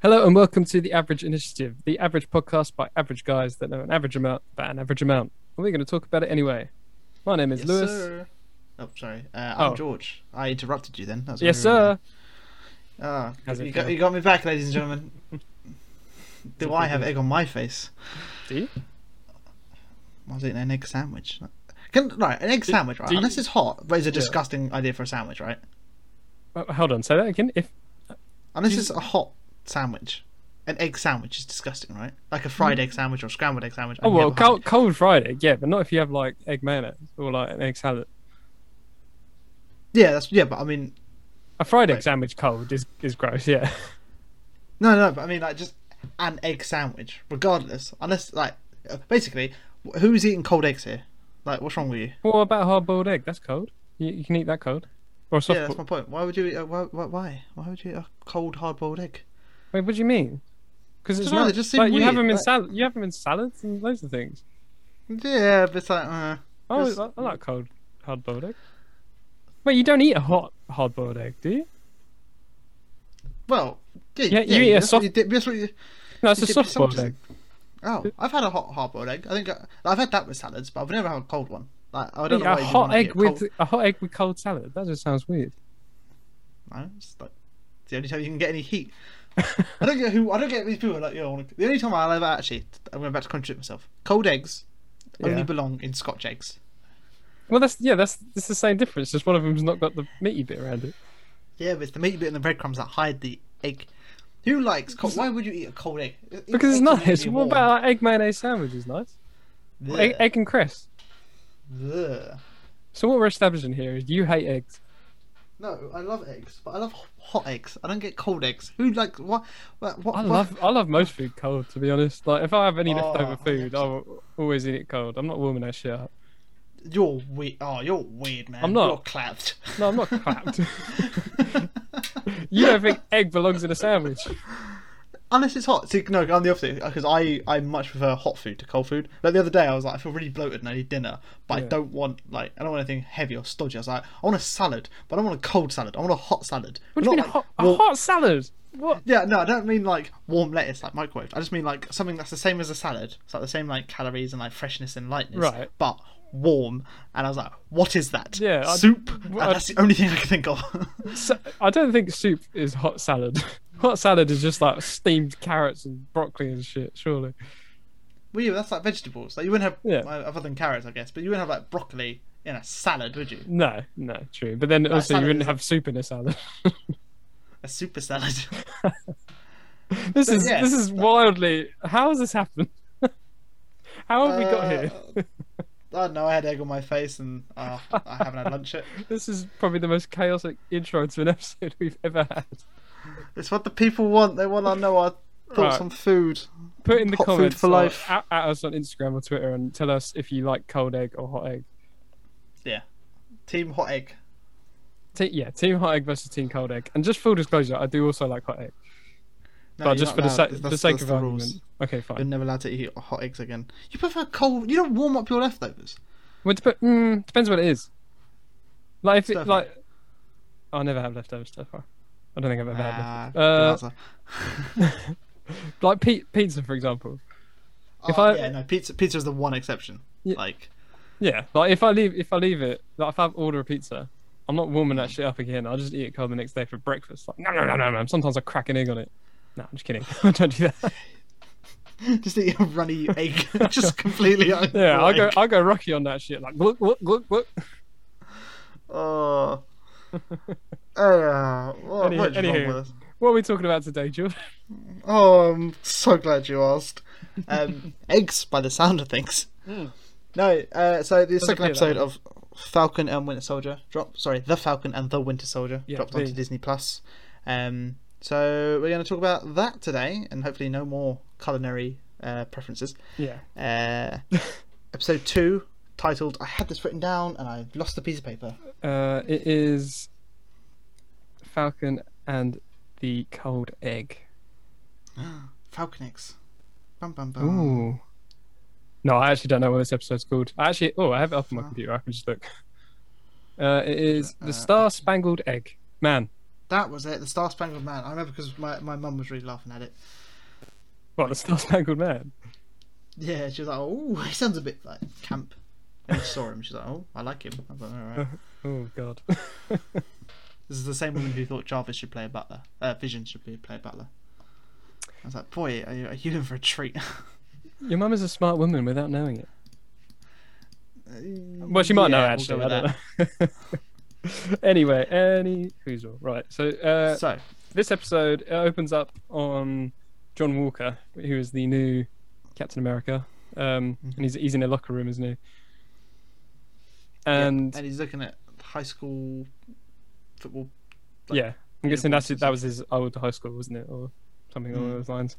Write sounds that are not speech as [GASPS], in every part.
Hello and welcome to the Average Initiative, the average podcast by average guys that know an average amount about an average amount. And we're going to talk about it anyway. My name is Lewis. sir. Oh, sorry. Uh, I'm Oh. George. I interrupted you then. That's Yes, what I remember. sir. Ah, How's it you, got, feel? you got me back, ladies and gentlemen. Do I have egg on my face? Do you? I was eating an egg sandwich. Can, right, an egg sandwich, right? do you- Unless it's hot, but it's a disgusting idea for a sandwich, right? Oh, hold on, say that again. If Unless it's a hot sandwich. An egg sandwich is disgusting, right? Like a fried egg sandwich or a scrambled egg sandwich. Hmm? I oh can well, get cold, behind. cold fried egg, yeah, but not if you have like egg mayonnaise or like an egg salad. Yeah, that's yeah, but I mean, A fried egg sandwich cold is is gross, yeah. [LAUGHS] No, no, but I mean like just an egg sandwich, regardless. Unless like uh, basically, wh- who's eating cold eggs here? Like, what's wrong with you? What about a hard boiled egg? That's cold. You, you can eat that cold. Or a soft. yeah, that's boil- my point. Why would you? Eat, uh, why, why? Why? Why would you eat a cold hard boiled egg? Wait, what do you mean? Because it's dunno, not. they just seem like, you have weird, them in like- salad. You have them in salads and loads of things. Yeah, but it's like, uh, Oh, I, always- Just- I like cold hard boiled egg. Wait, you don't eat a hot hard boiled egg, do you? well, Yeah, yeah, you eat a that's what soft- You dip, that's what you, No, it's a dip soft your boiled sandwiches egg. in. Oh, I've had a hot hard boiled egg. I think I, I've had that with salads, but I've never had a cold one. Like, I don't know a why you'd hot wanna eat egg a with cold- a hot egg with cold salad. That just sounds weird. No, it's like it's the only time you can get any heat. I don't get who I don't get these people like you know, the only time I'll ever actually I'm about to contradict myself. Cold eggs Yeah. only belong in Scotch eggs. Well, that's yeah, that's it's the same difference. Just one of them's not got the meaty bit around it. Yeah, but it's the meaty bit and the breadcrumbs that hide the egg. Who likes cold? Why would you eat a cold egg? Because Eat it's eggs that need nice. to be What warm. about like, egg mayonnaise sandwich is nice. Bleh, Egg, egg and cress. bleh. So what we're establishing here is you hate eggs. No, I love eggs, but I love hot eggs. I don't get cold eggs. Who likes what? What? what I what- love I love most food cold to be honest. Like if I have any Oh, leftover I food, love- I'll always eat it cold. I'm not warming that shit up. You're weird. Oh, you're weird, man. I'm not. You're clapped. No, I'm [LAUGHS] not [LAUGHS] clapped. you don't think egg belongs in a sandwich? Unless it's hot. See, no, I'm the opposite because I, I much prefer hot food to cold food. Like the other day, I was like, I feel really bloated and I need dinner, but Yeah. I don't want like I don't want anything heavy or stodgy. I was like, I want a salad, but I don't want a cold salad. I want a hot salad. What do you Not mean a like hot, a warm- hot salad? What? Yeah, no, I don't mean like warm lettuce like microwaved. I just mean like something that's the same as a salad. It's like the same like calories and like freshness and lightness, Right. But warm. And I was like, what is that? Yeah, I- soup. w- and I- that's the only thing I can think of. [LAUGHS] Sa- I don't think soup is hot salad. [LAUGHS] hot salad is just like steamed carrots and broccoli and shit. Surely. well, yeah, that's like vegetables. Like you wouldn't have Yeah. well, other than carrots, I guess, but you wouldn't have like broccoli in a salad, would you? No, no, true. But then also you salad wouldn't is- have soup in a salad. [LAUGHS] A super salad. this But is yeah, this is wildly. How has this happened? [LAUGHS] How have [LAUGHS] we got here? [LAUGHS] Uh, I don't know. I had egg on my face, and uh, I haven't had lunch yet. This is probably the most chaotic intro to an episode [LAUGHS] we've ever had. It's what the people want. They want to know our thoughts Right. on food. Put in the Hot food comments uh, for or life. At, at us on Instagram or Twitter and tell us if you like cold egg or hot egg. Yeah, team hot egg. Te- yeah, team hot egg versus team cold egg. And just full disclosure, I do also like hot egg, but No, you're just not for the, allowed. sa- That's- the that's- sake that's of the argument. rules. Okay, You're fine. never allowed to eat hot eggs again. You prefer cold. You don't warm up your leftovers. Well, dep- mm, depends what it is. Like if Stir it, fry. like, I never have leftovers so far. I don't think I've ever had leftovers. Ah, good Uh, answer. [LAUGHS] like pi- pizza for example if Oh, I- yeah, no, pizza. Pizza is the one exception. Yeah. Like, yeah like if i leave if i leave it like if i order a pizza i'm not warming that shit up again i'll just eat it cold the next day for breakfast like no no no no no sometimes i crack an egg on it no i'm just kidding [LAUGHS] i don't do that [LAUGHS] just eat a runny [LAUGHS] egg, just completely. yeah i'll go like- i'll go rocky on that shit like look look look look [LAUGHS] Oh. Uh, what, Any- what's wrong anywho. with us? what are we talking about today george [LAUGHS] Oh, I'm so glad you asked. [LAUGHS] Um, eggs, by the sound of things. No, uh, so the second Hmm. appear that episode of Falcon and Winter Soldier dropped. Sorry, the Falcon and the Winter Soldier Yeah, dropped the- onto Disney Plus. Um, so we're going to talk about that today, and hopefully no more culinary uh, preferences. yeah Uh, [LAUGHS] episode two, titled "I had this written down and I lost the piece of paper." uh it is falcon and the cold egg Falcon eggs. Bum bum bum. Ooh. Um, No, I actually don't know what this episode's called. I actually, oh, I have it up on Uh, my computer. I can just look. Uh, it is The Star Spangled Egg. Man, That was it. The Star Spangled Man. I remember because my my mum was really laughing at it. What the Star [LAUGHS] Spangled Man? Yeah, she was like, "Oh, [LAUGHS] he sounds a bit like camp." And I saw him. She's like, "Oh, I like him." I was like, "All right." Oh God. [LAUGHS] This is the same woman who thought Jarvis should play a butler. Uh, Vision should be play a butler. I was like, "Boy, are you, are you in for a treat?" Your mum is a smart woman without knowing it. [LAUGHS] Well, she might know Yeah, actually. we'll go I with don't know. [LAUGHS] anyway, any who's all right. So uh, So, this episode uh, opens up on John Walker, who is the new Captain America, um, and he's he's in a locker room, isn't he? yeah, And yeah, and he's looking at high school football. I'm guessing that's it- that was his old high school, wasn't it, or something along those lines.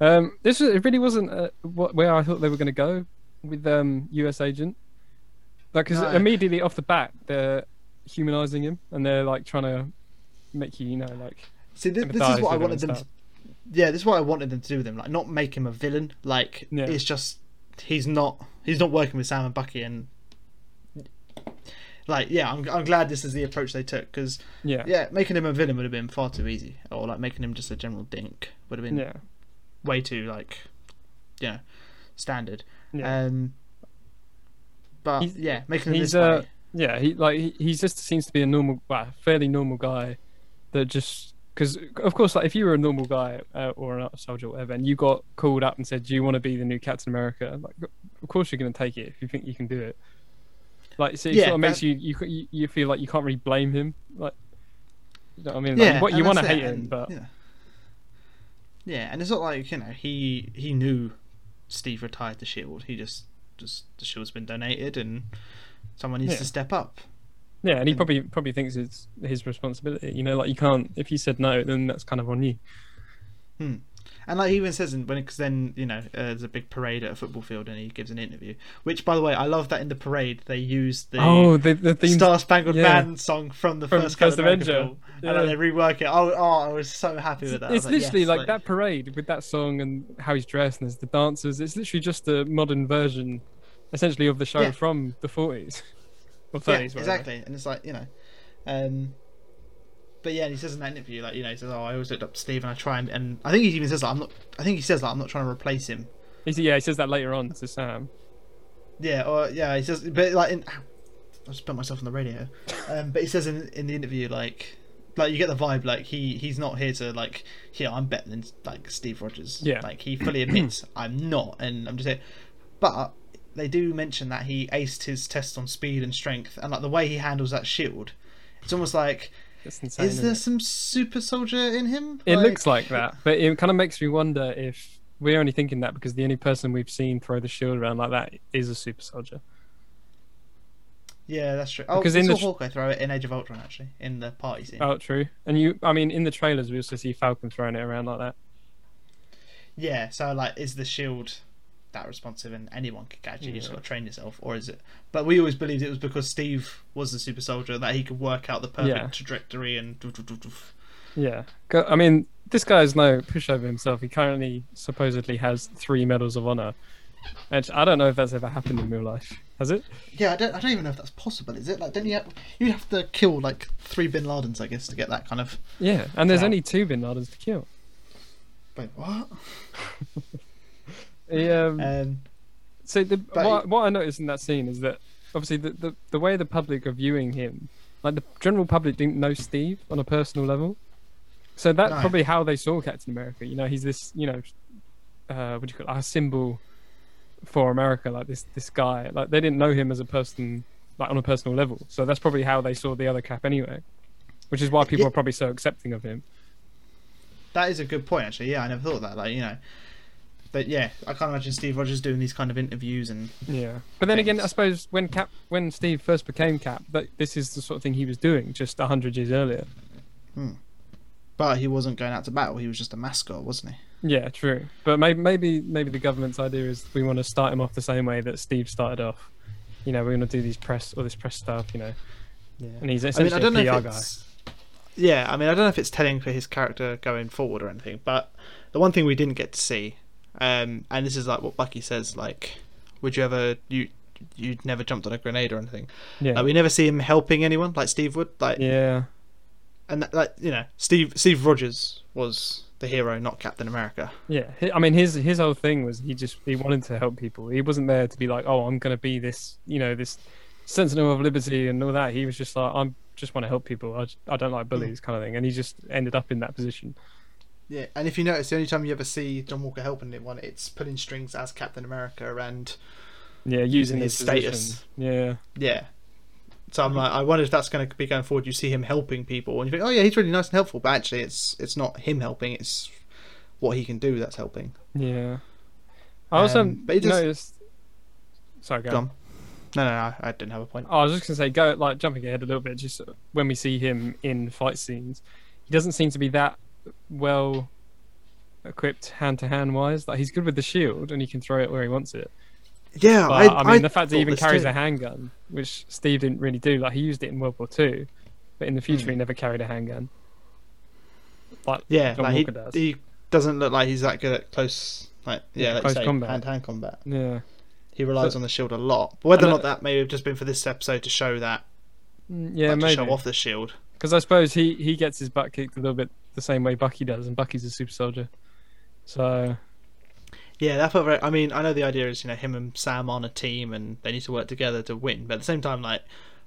Um, this was, it really wasn't uh, what, where I thought they were going to go with um, U.S. Agent, like because No. immediately off the bat they're humanizing him and they're like trying to make you, you know, like See, thi- this is Empathise what I with him wanted and them. To, stuff. yeah, this is what I wanted them to do with him. Like, not make him a villain. Like, Yeah. it's just he's not. He's not working with Sam and Bucky, and like, yeah, I'm, I'm glad this is the approach they took because yeah, yeah, making him a villain would have been far too easy, or like making him just a general dink would have been yeah, way too like, you know, standard. yeah. Um, but He's- yeah, making him he's, this uh, way. Yeah, he like he, he just seems to be a normal, well, fairly normal guy that just because of course like if you were a normal guy uh, or a soldier or whatever and you got called up and said do you want to be the new Captain America like of course you're going to take it if you think you can do it like so it Yeah, sort of makes that- you, you you you feel like you can't really blame him like you know what I mean yeah, like, what you and want to that's it, hate him and, but yeah. yeah, and it's not like you know he he knew Steve retired the shield. He just just the shield's been donated, and someone needs Yeah. to step up. yeah and he and- probably probably thinks it's his responsibility you know like you can't if you said no then that's kind of on you And like he even says, in when because then you know uh, there's a big parade at a football field, and he gives an interview. Which, by the way, I love that in the parade they use the oh the the theme Star Spangled yeah. Man song from the From first, First Captain America Avenger. film, and then Yeah. they rework it. Oh, oh, I was so happy with that. I It's was literally yes, like, that parade with that song and how he's dressed and there's the dancers. It's literally just a modern version, essentially, of the show Yeah. from the 40s or 30s. Yeah, whatever. exactly. And it's like you know, um, but yeah, and he says in that interview, like you know, he says, "Oh, I always looked up to Steve, and I try and, and I think he even says, like, I'm not. I think he says, like, I'm not trying to replace him. He said- yeah, he says that later on to Sam. Yeah, or yeah, he says, but like, in, ow, I just burnt myself on the radio. Um, but he says in in the interview, like, like you get the vibe, like he he's not here to like, yeah, I'm better than like Steve Rogers. Yeah. like he [CLEARS THROAT] fully admits I'm not, and I'm just here. But they do mention that he aced his test on speed and strength, and like the way he handles that shield, it's almost like, That's insane. is isn't there it? some super soldier in him? It looks like that, but it kind of makes me wonder if we're only thinking that because the only person we've seen throw the shield around like that is a super soldier. Yeah, that's true. Oh, Because we in saw the tr- Hawkeye throw it in Age of Ultron actually in the party scene. Oh, true. And you, I mean, in the trailers, we also see Falcon throwing it around like that. Yeah, so like, is the shield that responsive and anyone could catch it? You just Yeah. got to train yourself, or is it? But we always believed it was because Steve was the super soldier that he could work out the perfect Yeah. trajectory and. doof, doof, doof, doof. Yeah. Go- I mean, this guy is no pushover himself. He currently supposedly has three medals of honor. And I don't know if that's ever happened in real life. Has it? Yeah, I don't. I don't even know if that's possible. Is it like? Don't you have? You have to kill like three Bin Ladens, I guess, to get that kind of. Yeah. And there's Yeah. only two Bin Ladens to kill. Wait, what? Yeah. Um, Um, so the, but what, what I noticed in that scene is that obviously the, the, the way the public are viewing him, like the general public didn't know Steve on a personal level. So that's No. probably how they saw Captain America. You know, he's this, you know, uh, what do you call it? A symbol for America, like this this guy. Like they didn't know him as a person, like on a personal level. So that's probably how they saw the other Cap anyway, which is why people Yeah. are probably so accepting of him. that is a good point, actually. Yeah, I never thought of that. Like, you know. But yeah, I can't imagine Steve Rogers doing these kind of interviews and Yeah. But then again, I Thanks. suppose when Cap, when Steve first became Cap, that this is the sort of thing he was doing just hundred years earlier. But he wasn't going out to battle. He was just a mascot, wasn't he? Yeah, true. But maybe maybe maybe the government's idea is we want to start him off the same way that Steve started off. You know, we want to do these press all this press stuff. You know, Yeah. and he's I mean, I essentially don't know a if PR guy. it's. Yeah, I mean, I don't know if it's telling for his character going forward or anything, but the one thing we didn't get to see, um, and this is like what Bucky says, like, would you ever you you'd never jumped on a grenade or anything? Yeah, Like, we never see him helping anyone like Steve would. Like, yeah. and that, like you know, Steve Steve Rogers was the hero, not Captain America. Yeah, hi- I mean, his his whole thing was he just he wanted to help people. He wasn't there to be like, oh, I'm gonna be this, you know, this sentinel of liberty and all that. He was just like, I'm just want to help people. I, j- I don't like bullies, Mm. kind of thing. And he just ended up in that position. Yeah, and if you notice, the only time you ever see John Walker helping anyone, it's pulling strings as Captain America, and Yeah, using, his status. position. Yeah, yeah. So I'm like, I wonder if that's going to be going forward. You see him helping people, and you think, oh yeah, he's really nice and helpful. But actually, it's it's not him helping; it's what he can do that's helping. yeah. I also Um, but it just- noticed. Sorry, go on. Go on. No, no, no, I- I didn't have a point. Oh, I was just gonna say, go like jumping ahead a little bit. Just when we see him in fight scenes, he doesn't seem to be that well equipped hand to hand wise. Like he's good with the shield and he can throw it where he wants it. Yeah, But I, mean, the fact that thought he even this carries too. a handgun, which Steve didn't really do, like he used it in World War Two, but in the future he never carried a handgun. Like Hmm. yeah, John like he, Walker does. he doesn't look like he's that good at close, like yeah, Yeah, like close you say, combat. hand-to-hand combat. yeah, He relies So- on the shield a lot. But whether or And, uh, not that may have just been for this episode to show that, Mm, yeah, like, to maybe. show off the shield. Because I suppose he he gets his butt kicked a little bit the same way Bucky does, and Bucky's a super soldier. So Yeah, that felt very. I mean, I know the idea is you know him and Sam on a team and they need to work together to win, but at the same time, like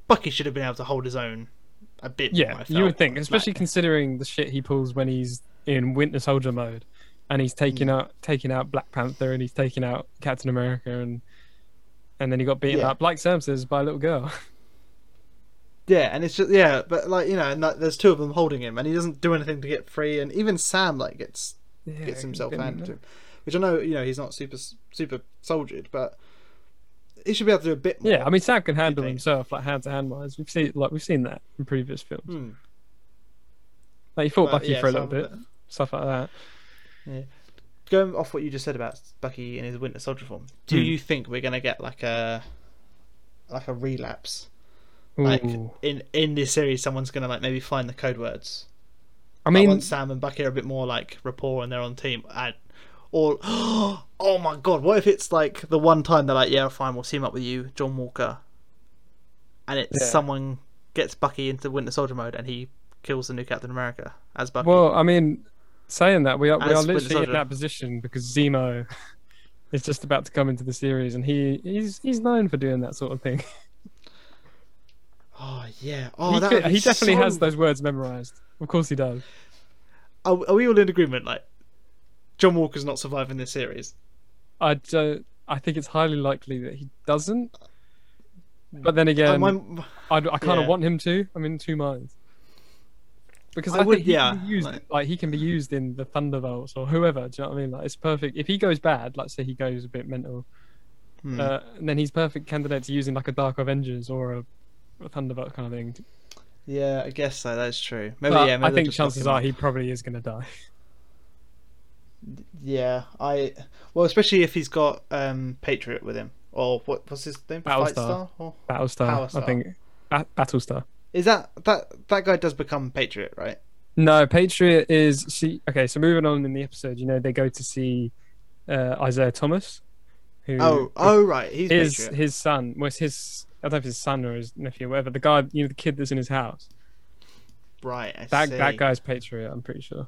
Bucky should have been able to hold his own a bit. more, yeah, I you would felt. think, especially considering the shit he pulls when he's in Winter Soldier mode, and he's taking Mm. out taking out Black Panther and he's taking out Captain America and and then he got beaten Yeah. up like Sam says by a little girl. [LAUGHS] Yeah, and it's just yeah, but like you know, and like, there's two of them holding him, and he doesn't do anything to get free, and even Sam like gets yeah, gets himself didn't handed know. to him. Which I know, you know, he's not super super soldiered, but he should be able to do a bit more. Yeah, I mean Sam can handle think? himself like hand to hand wise. We've seen like we've seen that in previous films. Hmm. Like he fought But, Bucky yeah, for a little Sam- bit, stuff like that. Going off what you just said about Bucky in his Winter Soldier form, do Hmm. you think we're gonna get like a like a relapse? Like Ooh. in in this series, someone's gonna like maybe find the code words. I Like, mean, once Sam and Bucky are a bit more like rapport and they're on team, and or [GASPS] oh my god, what if it's like the one time they're like, yeah, fine, we'll team up with you, John Walker, and it's Yeah. someone gets Bucky into Winter Soldier mode and he kills the new Captain America as Bucky. Well, I mean, saying that we are we As are Winter literally Soldier. in that position because Zemo [LAUGHS] is just about to come into the series, and he he's he's known for doing that sort of thing. oh yeah, oh he that could- would be he definitely so- has those words memorized. Of course he does. Are, are we all in agreement? Like, John Walker's not surviving this series. I don't. I think it's highly likely that he doesn't. But then again, Am I- I, d- I kind of Yeah. want him to. I'm in two minds. Because I I, would- think he can yeah, be used, like- like, he can be used in the Thunderbolts or whoever. Do you know what I mean? Like it's perfect. If he goes bad, like say he goes a bit mental, Hmm. uh, then he's perfect candidate to using like a Dark Avengers or a, a Thunderbolt kind of thing. yeah, I guess so. That's true. Maybe But Oh, yeah. Maybe I they'll think just lock chances him are up. he probably is going to die. [LAUGHS] Yeah, I well, especially if he's got um Patriot with him or what what's his name? Battlestar. Fightstar? Or, Battlestar, Power Star. I think. Ba- Battlestar. is that that that guy does become Patriot, right? No, Patriot is she. Okay, so moving on in the episode, you know they go to see uh, Isaiah Thomas, who Oh, oh right, he's is Patriot. his son. Was his I don't know if his son or his nephew, or whatever. The guy, you know, the kid that's in his house. right, I That see. that guy's Patriot. I'm pretty sure.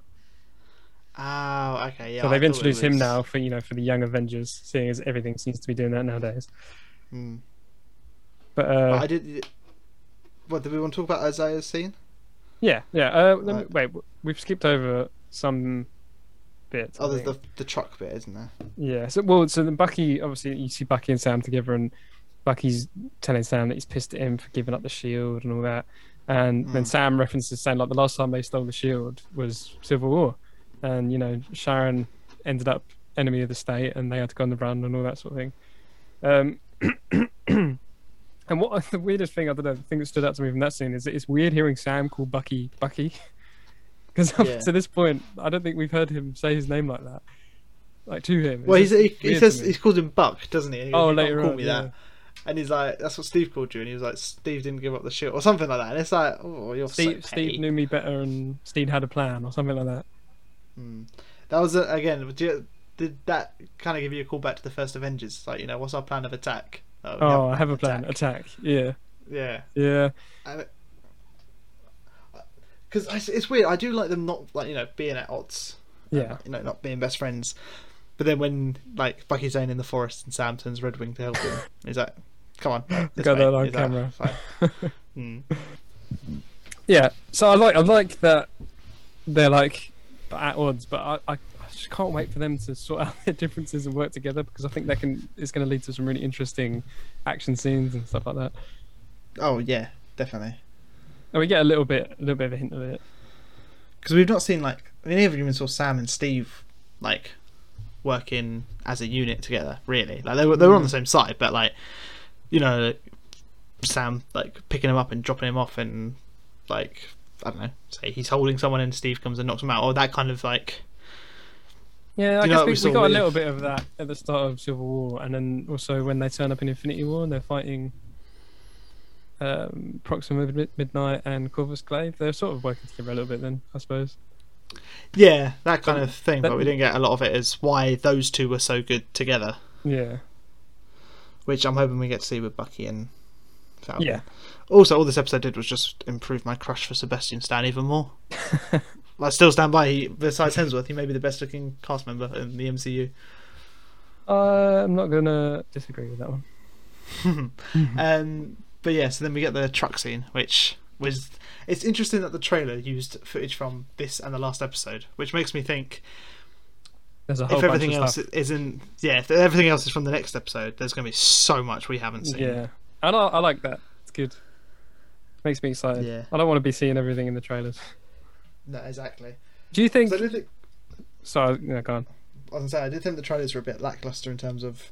Oh, okay, yeah. so they've I thought it introduced him was- now for you know for the Young Avengers, seeing as everything seems to be doing that nowadays. Hmm. But uh, But I did. What did we want to talk about Isaiah's scene? yeah, yeah. Uh, let me, Right. wait, w- we've skipped over some bits. I Oh, there's think. the the truck bit, isn't there? Yeah. So well, so then Bucky obviously you see Bucky and Sam together, and Bucky's telling Sam that he's pissed at him for giving up the shield and all that, and then Sam references saying like the last time they stole the shield was Civil War, and you know Sharon ended up enemy of the state, and they had to go on the run and all that sort of thing. Um, [CLEARS THROAT] and what [LAUGHS] the weirdest thing I don't know, the thing that stood out to me from that scene is that it's weird hearing Sam call Bucky Bucky, [LAUGHS] because up Yeah. to this point I don't think we've heard him say his name like that, like to him. It's Well, he's, just he, he weird says to me. he calls him Buck, doesn't he? And he goes, Oh, "You can't later call on, me yeah. that. And he's like, "That's what Steve called you," and he was like, "Steve didn't give up the shield," or something like that. And it's like, "Oh, you're Steve, so petty." Steve knew me better, and Steve had a plan, or something like that. That was a, again. would you- did that kind of give you a call back to the first Avengers? Like, you know, what's our plan of attack? we Oh, I have a plan. Attack. Yeah, Yeah, yeah. because it's, it's weird. I do like them not like you know being at odds. Yeah. you know, not being best friends. But then when like Bucky's own in the forest and Sam turns Red Wing to help him, he's like, [LAUGHS] "Come on, like, this Got way." that on He's like, camera. "Fine." Mm. [LAUGHS] Yeah. So I like I like that they're like at odds, but I, I, I just can't wait for them to sort out [LAUGHS] their differences and work together because I think that can it's going to lead to some really interesting action scenes and stuff like that. Oh yeah, definitely. And we get a little bit a little bit of a hint of it. Because we've not seen like we never even saw Sam and Steve like working as a unit together. Really, like they were they were on Mm. the same side, but like you know, like, Sam like picking him up and dropping him off, and like I don't know, say he's holding someone and Steve comes and knocks him out, or that kind of like Yeah, Do I you know what we guess we, saw we got a with- little bit of that at the start of Civil War, and then also when they turn up in Infinity War and they're fighting um, Proxima Mid- Midnight and Corvus Glaive, they're sort of working together a little bit. Then I suppose. yeah that kind of thing. but- But we didn't get a lot of it as why those two were so good together, Yeah. which I'm hoping we get to see with Bucky and Falcon. Yeah. Also, all this episode did was just improve my crush for Sebastian Stan [LAUGHS] even more. I still stand by. He, besides Hemsworth, he may be the best-looking cast member in the MCU. Uh, I'm not gonna disagree with that one. Mm-hmm. Um, but yeah, so then we get the truck scene, which was it's interesting that the trailer used footage from this and the last episode, which makes me think There's a whole if bunch everything of else stuff. isn't, yeah, if everything else is from the next episode, there's going to be so much we haven't seen. Yeah, and I, I like that. It's good. Makes me excited. Yeah. I don't want to be seeing everything in the trailers. No, exactly. Do you think? So I did think, Sorry, no, go on. I was gonna say, I did think the trailers were a bit lackluster in terms of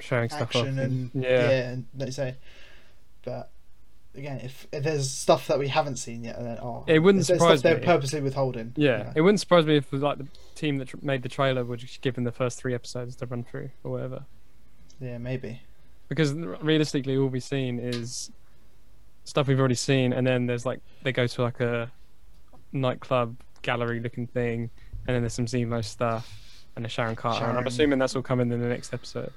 Showing stuff off. action and yeah. yeah. and like you say, but again, if, if there's stuff that we haven't seen yet, then oh, It wouldn't if there's surprise stuff they're me. purposely withholding. Yeah, you know. it wouldn't surprise me if like the team that tr- made the trailer were just given the first three episodes to run through or whatever. yeah, maybe. Because r- realistically, all we've seen is stuff we've already seen, and then there's like they go to like a nightclub gallery looking thing, and then there's some Zemo stuff and a Sharon Carter. And I'm Sharon. assuming that's all coming in the next episode.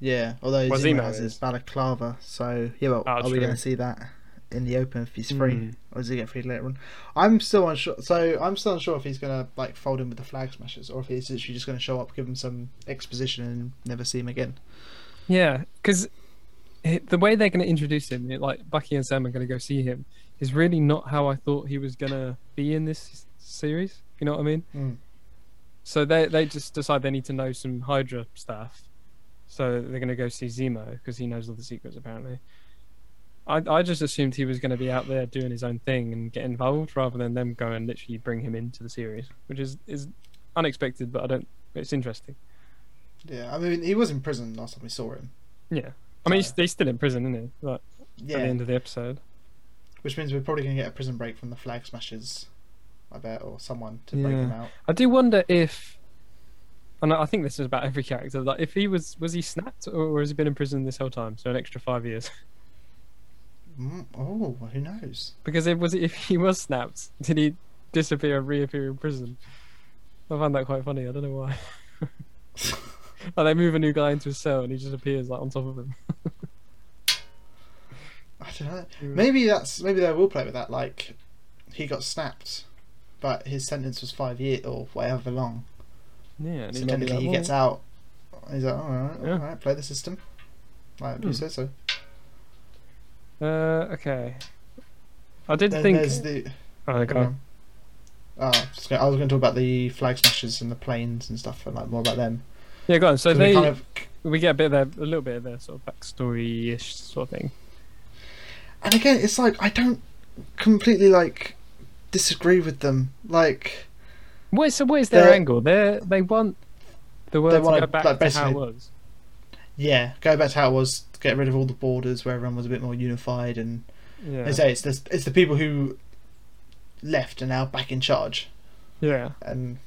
Yeah, although Well, Zemo Zemo has his is. balaclava, so yeah, well, Oh, are we true. going to see that in the open if he's free, Mm. or does he get free later on? I'm still unsure. So I'm still unsure if he's going to like fold in with the flag smashers, or if he's literally just going to show up, give him some exposition, and never see him again. Yeah, because the way they're going to introduce him, it- like Bucky and Sam are going to go see him, is really not how I thought he was going to be in this s- series. You know what I mean? Mm. So they they just decide they need to know some Hydra stuff, so they're going to go see Zemo because he knows all the secrets apparently. I I just assumed he was going to be out there doing his own thing and get involved rather than them go and literally bring him into the series, which is is unexpected, but I don't. It's interesting. Yeah, I mean, he was in prison last time we saw him. Yeah, I mean he's, he's still in prison, isn't he? Like at the Yeah, end of the episode. which means we're probably going to get a prison break from the flag smashers, I bet, or someone to break Yeah. him out. I do wonder if, and I think this is about every character. Like, if he was was he snapped or, or has he been in prison this whole time? So an extra five years. Mm, oh, well, who knows? [LAUGHS] Because if was if he was snapped, did he disappear and reappear in prison? I find that quite funny. I don't know why. [LAUGHS] like they move a new guy into a cell and he just appears like on top of him. I don't know. Mm. Maybe that's maybe they will play with that. Like he got snapped, but his sentence was five years or whatever long. Yeah, and he's So like, technically, he "Well, gets out. and He's like, all right, Yeah. all right, play the system. Like, you Hmm. say so. Uh, okay. I did Then think. there's the. Oh, go go on. on. Oh, I was gonna- I was going to talk about the flag smashers and the planes and stuff, and like more about them. Yeah, go on. So 'Cause we they kind of we get a bit of their, a little bit of their sort of backstory ish sort of thing. and again it's like i don't completely like disagree with them like What is, so what is their They're- angle? They they want the world wanna, to go back to like, how basically- it was. yeah go back to how it was get rid of all the borders where everyone was a bit more unified and Yeah. they say it's the, it's the people who left are now back in charge yeah. and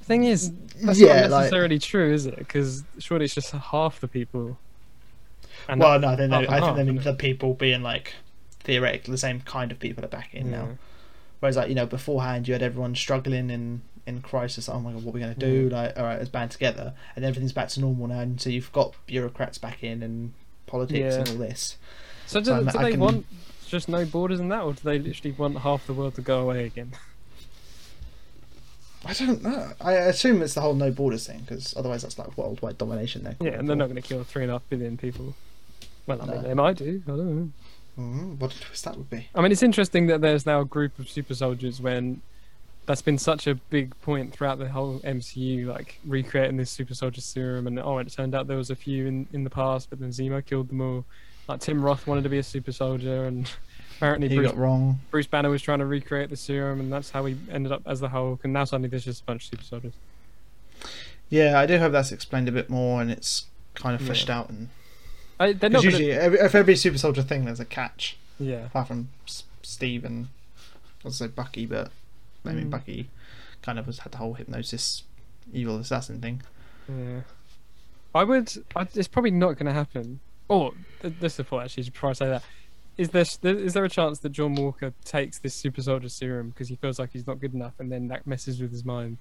The thing is, that's yeah not like necessarily true, is it? Because surely it's just half the people. And well no then half they, and i half, think they mean isn't the people being like theoretically the same kind of people are back in now Yeah. Whereas, like you know, beforehand you had everyone struggling in in crisis. Oh my god, what are we gonna do? Like, all right, let's band together, and everything's back to normal now. And so you've got bureaucrats back in and politics Yeah. and all this. So do, So I'm- do I they can- want? just no borders in that, or do they literally want half the world to go away again? [LAUGHS] I don't know. I assume it's the whole no borders thing because otherwise that's like worldwide domination. There. Yeah, and they're not going to kill three and a half billion people. Well, I mean, No. they might do. I don't know. Mhm, What a twist that would be. I mean, it's interesting that there's now a group of super soldiers when that's been such a big point throughout the whole MCU, like recreating this super soldier serum. And oh, it turned out there was a few in, in the past, but then Zemo killed them all. Like Tim Roth wanted to be a super soldier, and [LAUGHS] apparently He Bruce, got wrong. Bruce Banner was trying to recreate the serum, and that's how he ended up as the Hulk. And now suddenly there's just a bunch of super soldiers. Yeah, I do hope that's explained a bit more and it's kind of Yeah. fleshed out. And I, they're not because gonna- usually, every, if every super soldier thing, there's a catch. yeah. Apart from S- Steve and also Bucky, but I mean Mm. Bucky kind of has had the whole hypnosis, evil assassin thing. Yeah. I would. I, it's probably not going to happen. Oh, th- this is what actually. Before I say that, is there s- there- is there a chance that John Walker takes this super soldier serum because he feels like he's not good enough, and then that messes with his mind,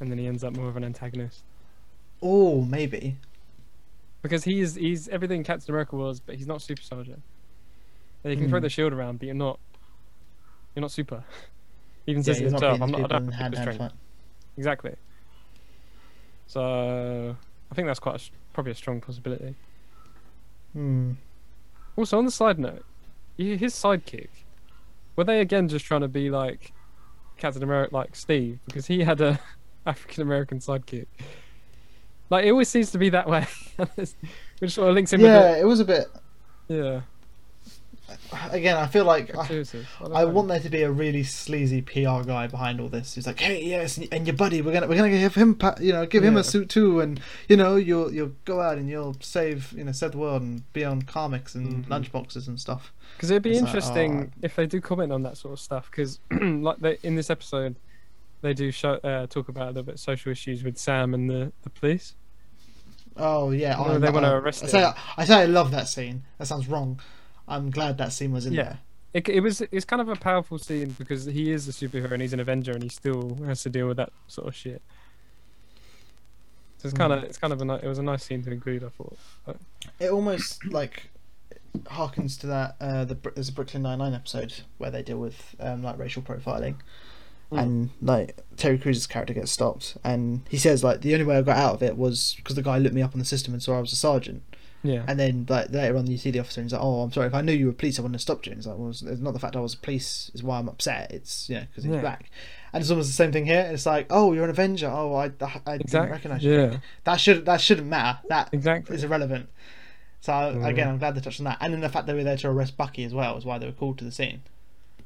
and then he ends up more of an antagonist Oh, maybe. because he is he's everything Captain America was, but he's not super soldier. And he can throw Hmm. the shield around, but you're not. You're not super. [LAUGHS] He Even Yeah, says it he's not himself, beating I'm not. I people don't in have hand super hand strength. fight. Exactly. So I think that's quite a, s- probably a strong possibility. Hmm. Also, on the side note, y- his sidekick, were they again just trying to be like Captain America, like Steve, because he had a [LAUGHS] African American sidekick. Like it always seems to be that way, [LAUGHS] which sort of links in Yeah, it was a bit. with it. Yeah, Again, I feel like I, gratuitous. I, I want there to be a really sleazy PR guy behind all this. Who's like, hey, yes, and- and your buddy, we're gonna we're gonna give him, pa- you know, give him Yeah. a suit too, and you know, you'll you'll go out and you'll save, you know, save the world and be on comics and Mhm. lunchboxes and stuff. because it'd be It's like, interesting oh. if they do comment on that sort of stuff. Because [CLEARS THROAT] like they, in this episode, they do show, uh, talk about a little bit social issues with Sam and the, the police. Oh yeah, No, I- they I- wanna arrest I say him. I say I love that scene. That sounds wrong. I'm glad that scene was in Yeah. there. It, it was it's kind of a powerful scene because he is a superhero and he's an Avenger and he still has to deal with that sort of shit. So it's kind of it's kind of a ni- it was a nice scene to include. I thought. It almost like harkens to that uh, the Br- there's a Brooklyn Nine Nine episode where they deal with um, like racial profiling. Mm. and like Terry Crews' character gets stopped, and he says like the only way I got out of it was because the guy looked me up on the system and saw I was a sergeant. Yeah. And then like later on, you see the officer and he's like, "Oh, I'm sorry. If I knew you were police, I wouldn't have stopped you." And it's like, "Well, it's it's not the fact I was police is why I'm upset. It's you know because he's Yeah. black." And it's almost the same thing here. It's like, "Oh, you're an Avenger. Oh, I I, I didn't Exactly. recognize you. Yeah. That should that shouldn't matter. That is Exactly. irrelevant." So again, Yeah. I'm glad they touched on that, and then the fact they were there to arrest Bucky as well is why they were called to the scene.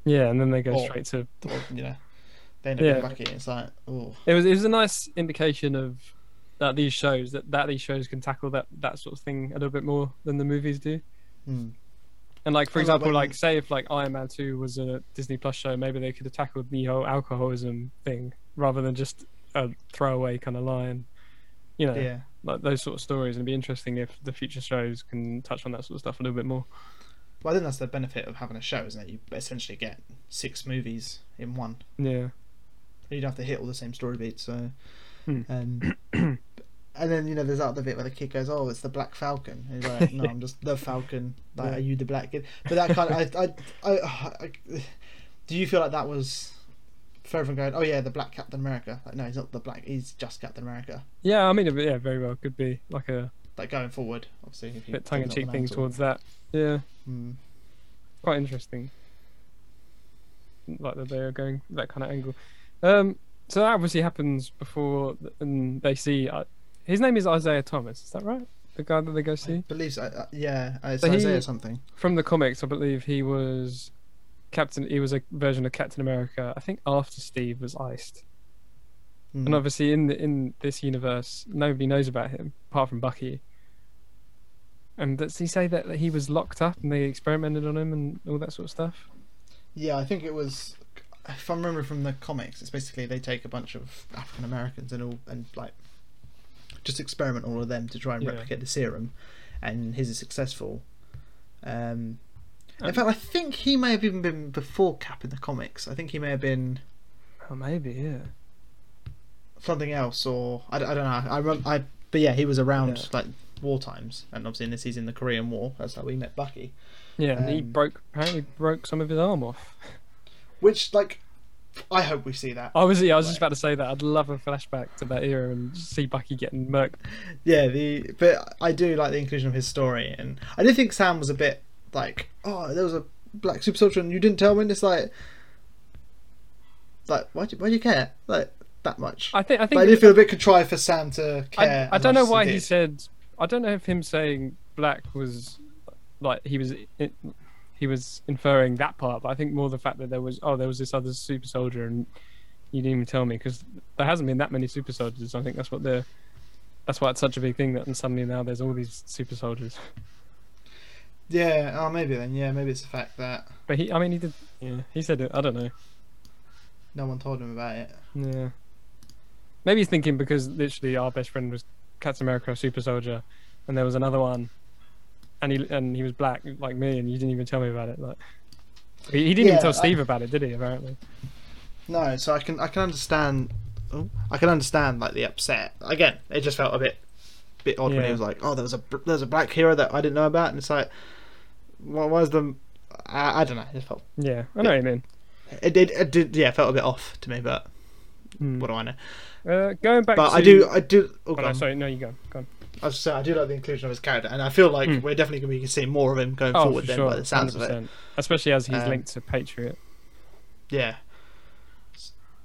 Yeah. And then they go Oh. straight to. Or, you know, they end up being Yeah. Bucky. It's like, oh, It was it was a nice indication of that these shows that that these shows can tackle that that sort of thing a little bit more than the movies do. hmm. And like for I like example, when- like say if like Iron Man Two was a Disney Plus show, maybe they could have tackled the whole alcoholism thing rather than just a throwaway kind of line. You know, yeah. like those sort of stories, and it'd be interesting if the future shows can touch on that sort of stuff a little bit more. Well, I think that's the benefit of having a show, isn't it? You essentially get six movies in one. Yeah, You don't have to hit all the same story beats. So, Hmm. [CLEARS THROAT] um, and then you know, there's that other bit where the kid goes, "Oh, it's the Black Falcon." And he's [LAUGHS] like, "No, I'm just the Falcon. Like, Yeah. Are you the black kid?" But that kind of, I, I, I, I, do you feel like that was? For everyone going, oh yeah, the Black Captain America. Like, no, he's not the Black. He's just Captain America. yeah. I mean, it- yeah, very well could be like a Like going forward, obviously. If you bit tongue in cheek take thing that one towards out that. Yeah, at all. Hmm. quite interesting. Like that they are going that kind of angle. Um, so that obviously happens before, th- and they see. Uh, his name is Isaiah Thomas. Is that right? The guy that they go see I believe so. uh, yeah, uh, it's So he- Isaiah something. from the comics. I believe he was Captain. He was a version of Captain America. I think after Steve was iced. Hmm. And obviously, in the, in this universe, nobody knows about him apart from Bucky. And does he say that, that he was locked up and they experimented on him and all that sort of stuff? Yeah, I think it was. If I remember from the comics, it's basically they take a bunch of African Americans and all and like just experiment on all of them to try and Yeah. replicate the serum, and his is successful. Um, in Um, fact, I think he may have even been before Cap in the comics. I think he may have been Oh, maybe, yeah. something else, or I, don't I don't know. I, rem- I but yeah, he was around Yeah. like war times, and obviously in this he's in the Korean War. That's how we met Bucky. Yeah, and he Um, broke apparently broke some of his arm off. Which like, I hope we see that. I was yeah, I was just about to say that. I'd love a flashback to that era and see Bucky getting murked. Yeah, the but I do like the inclusion of his story, and I do think Sam was a bit like, oh, there was a black super soldier, and you didn't tell me. And it's like, like why do why do you care like that much? I think I But think I, do feel a bit contrived for Sam to care. I, I as don't much know as why he he did. said. I don't know if him saying black was like he was it, he was inferring that part, but I think more the fact that there was oh there was this other super soldier and you didn't even tell me because there hasn't been that many super soldiers. I think that's what they're that's why it's such a big thing that and suddenly now there's all these super soldiers. Yeah, oh maybe then. Yeah, maybe it's the fact that But he, I mean, he did. Yeah, he said it. I don't know. no one told him about it. Yeah. Maybe he's thinking because literally our best friend was Captain America, Super Soldier, and there was another one, and he and he was black like me, and you didn't even tell me about it. Like he, he didn't even Yeah, tell I- Steve about it, did he? Apparently. No, so I can I can understand. Oh, I can understand like the upset. Again, it just felt a bit bit odd when Yeah. he was like, "Oh, there was a br- there was a black hero that I didn't know about," and it's like, why why is the I, I don't know. It felt Yeah, I know what you mean. it did it did yeah it felt a bit off to me, but Hmm. what do I know? Uh, going back, But to... I do I do. Oh, Oh, go no, on. sorry, no, you go. Go on. I was just saying, I do like the inclusion of his character, and I feel like Hmm. we're definitely going to be seeing more of him going Oh, forward. for Then sure, by the sounds of it, 100%. Especially as he's Um, linked to Patriot. yeah.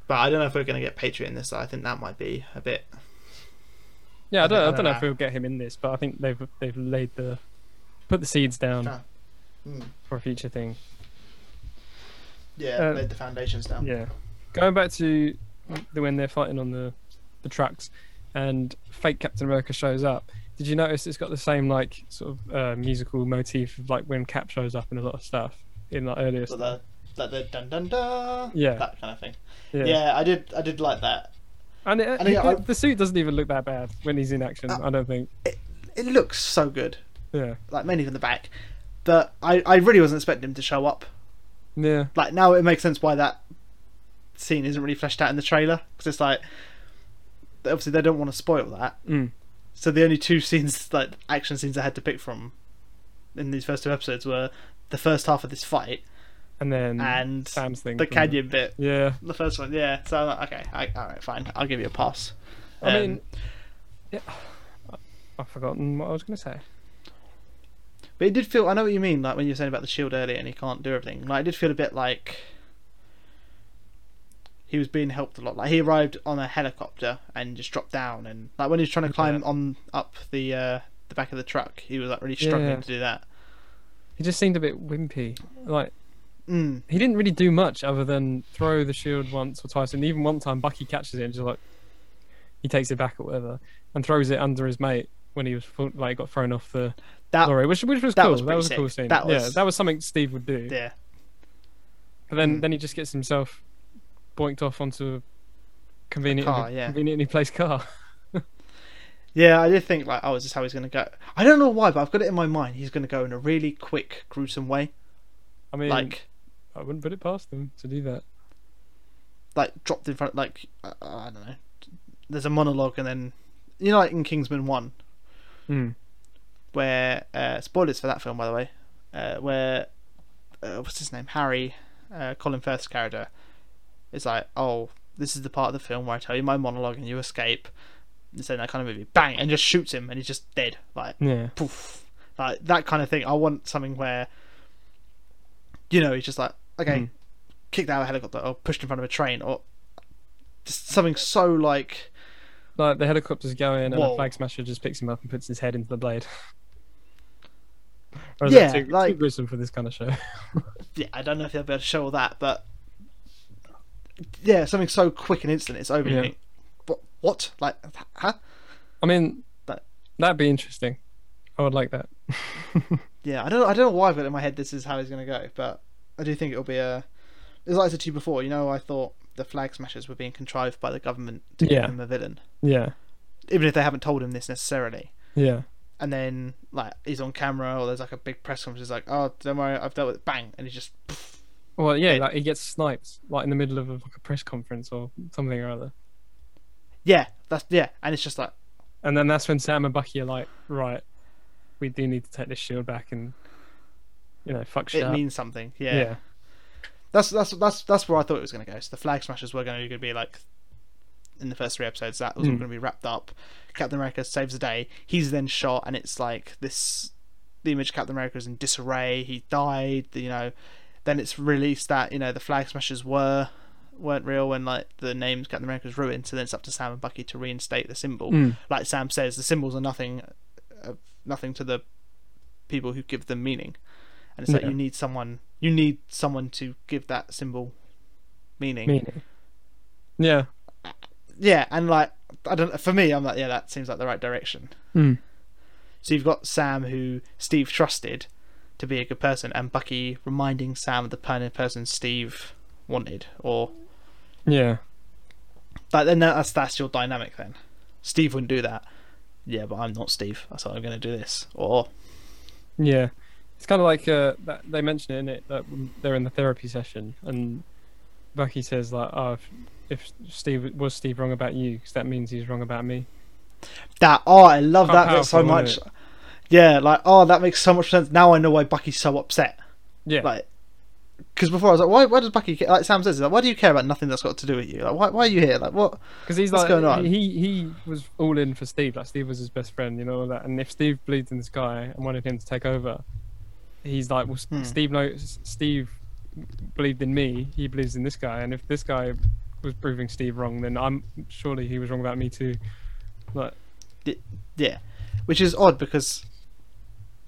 But I don't know if we're going to get Patriot in this. I think that might be a bit Yeah, I I don't, I don't- don't, I don't know know. if we'll get him in this, but I think they've they've laid the put the seeds down Ah, hmm. for a future thing. yeah Uh, laid the foundations down. Yeah. Going back to the, when they're fighting on the, the trucks and fake Captain America shows up, did you notice it's got the same like sort of uh, musical motif of like when Cap shows up in a lot of stuff in like earlier But stuff? the, like the dun dun dun, Yeah. that kind of thing. Yeah. I did, I did like that. And, it, and yeah, the, I- the suit doesn't even look that bad when he's in action, Uh, I don't think. It looks so good, Yeah. like mainly from the back. That I, I really wasn't expecting him to show up. Yeah. Like now, it makes sense why that scene isn't really fleshed out in the trailer because it's like obviously they don't want to spoil that. Mm. So the only two [LAUGHS] scenes, like action scenes, I had to pick from in these first two episodes were the first half of this fight And then and Sam's thing. the from- canyon bit. Yeah. The first one, yeah. So I'm like, okay, I, all right, fine. I'll give you a pass. I Um, mean, yeah. I've forgotten what I was going to say. But it did feel. I know what you mean. Like when you were saying about the shield earlier, and he can't do everything. Like it did feel a bit like he was being helped a lot. Like he arrived on a helicopter and just dropped down, and like when he was trying to climb Yeah. on up the uh, the back of the truck, he was like really struggling Yeah. to do that. He just seemed a bit wimpy. Like, Mm. he didn't really do much other than throw the shield once or twice, and even one time Bucky catches it and just like he takes it back or whatever, and throws it under his mate when he was full- like got thrown off the That lorry, which which was that cool. was that pretty was a cool sick. scene. That Yeah, was- that was something Steve would do. yeah, But then Mm. then he just gets himself boinked off onto a conveniently car, yeah. conveniently placed car. [LAUGHS] yeah. I did think like, oh, is this how he's gonna go? I don't know why, but I've got it in my mind. He's gonna go in a really quick, gruesome way, I mean, like I wouldn't put it past them to do that. like dropped in front. Like uh, I don't know. There's a monologue, and then you know, like in Kingsman One. Hmm. where uh, spoilers for that film, by the way, uh, where uh, what's his name, Harry, uh, Colin Firth's character, is like, oh, this is the part of the film where I tell you my monologue and you escape. It's in that kind of movie, bang, and just shoots him, and he's just dead, like Yeah, poof, like that kind of thing. I want something where, you know, he's just like, okay, Mm. kicked out of a helicopter, or pushed in front of a train, or just something so like, like the helicopter's going and a Whoa. flag smasher just picks him up and puts his head into the blade. [LAUGHS] Or is that Yeah, too, too like- gruesome for this kind of show? [LAUGHS] yeah, I don't know if they'll be able to show all that, but yeah, something so quick and instant, it's over. Yeah. Yeah. What? What? Like, huh? I mean, But- that'd be interesting. I would like that. Yeah, I don't. I don't know why I've got it in my head. This is how he's gonna go, but I do think it'll be a. As I said to you before, you know, I thought the flag smashers were being contrived by the government to Yeah. give him a villain, Yeah, even if they haven't told him this necessarily. yeah, And then, like, he's on camera, or there's like a big press conference. He's like, "Oh, don't worry, I've dealt with it." Bang, and he just well, yeah. Yeah. Like he gets sniped, like in the middle of a, like, a press conference or something or other, yeah, that's yeah, and it's just like, And then that's when Sam and Bucky are like, right, we do need to take this shield back and, you know, fuck shit It up. means something. yeah. Yeah. That's that's that's that's where I thought it was going to go. So the Flag Smashers were going to be like in the first three episodes that was Hmm. all going to be wrapped up. Captain America saves the day. He's then shot, and it's like this. The image of Captain America is in disarray. He died. You know. Then it's released that you know the Flag Smashers were weren't real and like the names Captain America's ruined. So then it's up to Sam and Bucky to reinstate the symbol. Hmm. Like Sam says, the symbols are nothing, uh, nothing to the people who give them meaning. And it's like Yeah. you need someone, you need someone to give that symbol meaning. Meaning. Yeah. Yeah, and like I don't. For me, I'm like, yeah, that seems like the right direction. Mm. So you've got Sam, who Steve trusted to be a good person, and Bucky reminding Sam of the kind of person Steve wanted, or Yeah. like then that's that's your dynamic then. Steve wouldn't do that. Yeah, but I'm not Steve, so I'm going to do this. Or Yeah, it's kind of like uh, that they mention it in it that when they're in the therapy session, and Bucky says like, "Oh, if, if Steve was Steve wrong about you, because that means he's wrong about me." that. Oh, I love How that bit so powerful, much. isn't Yeah, like oh, that makes so much sense. Now I know why Bucky's so upset. Yeah, Like, because before I was like, why? Why does Bucky? Care? Like Sam says, like, why do you care about nothing that's got to do with you? Like, why? Why are you here? Like, what? because he's what's like, going on? he he was all in for Steve. Like Steve was his best friend, you know all that. And if Steve bleeds in the sky and wanted him to take over, he's like, "Well, S- Hmm. Steve knows Steve believed in me. He believes in this guy. And if this guy was proving Steve wrong, then I'm surely he was wrong about me too." Like, Yeah, which is odd because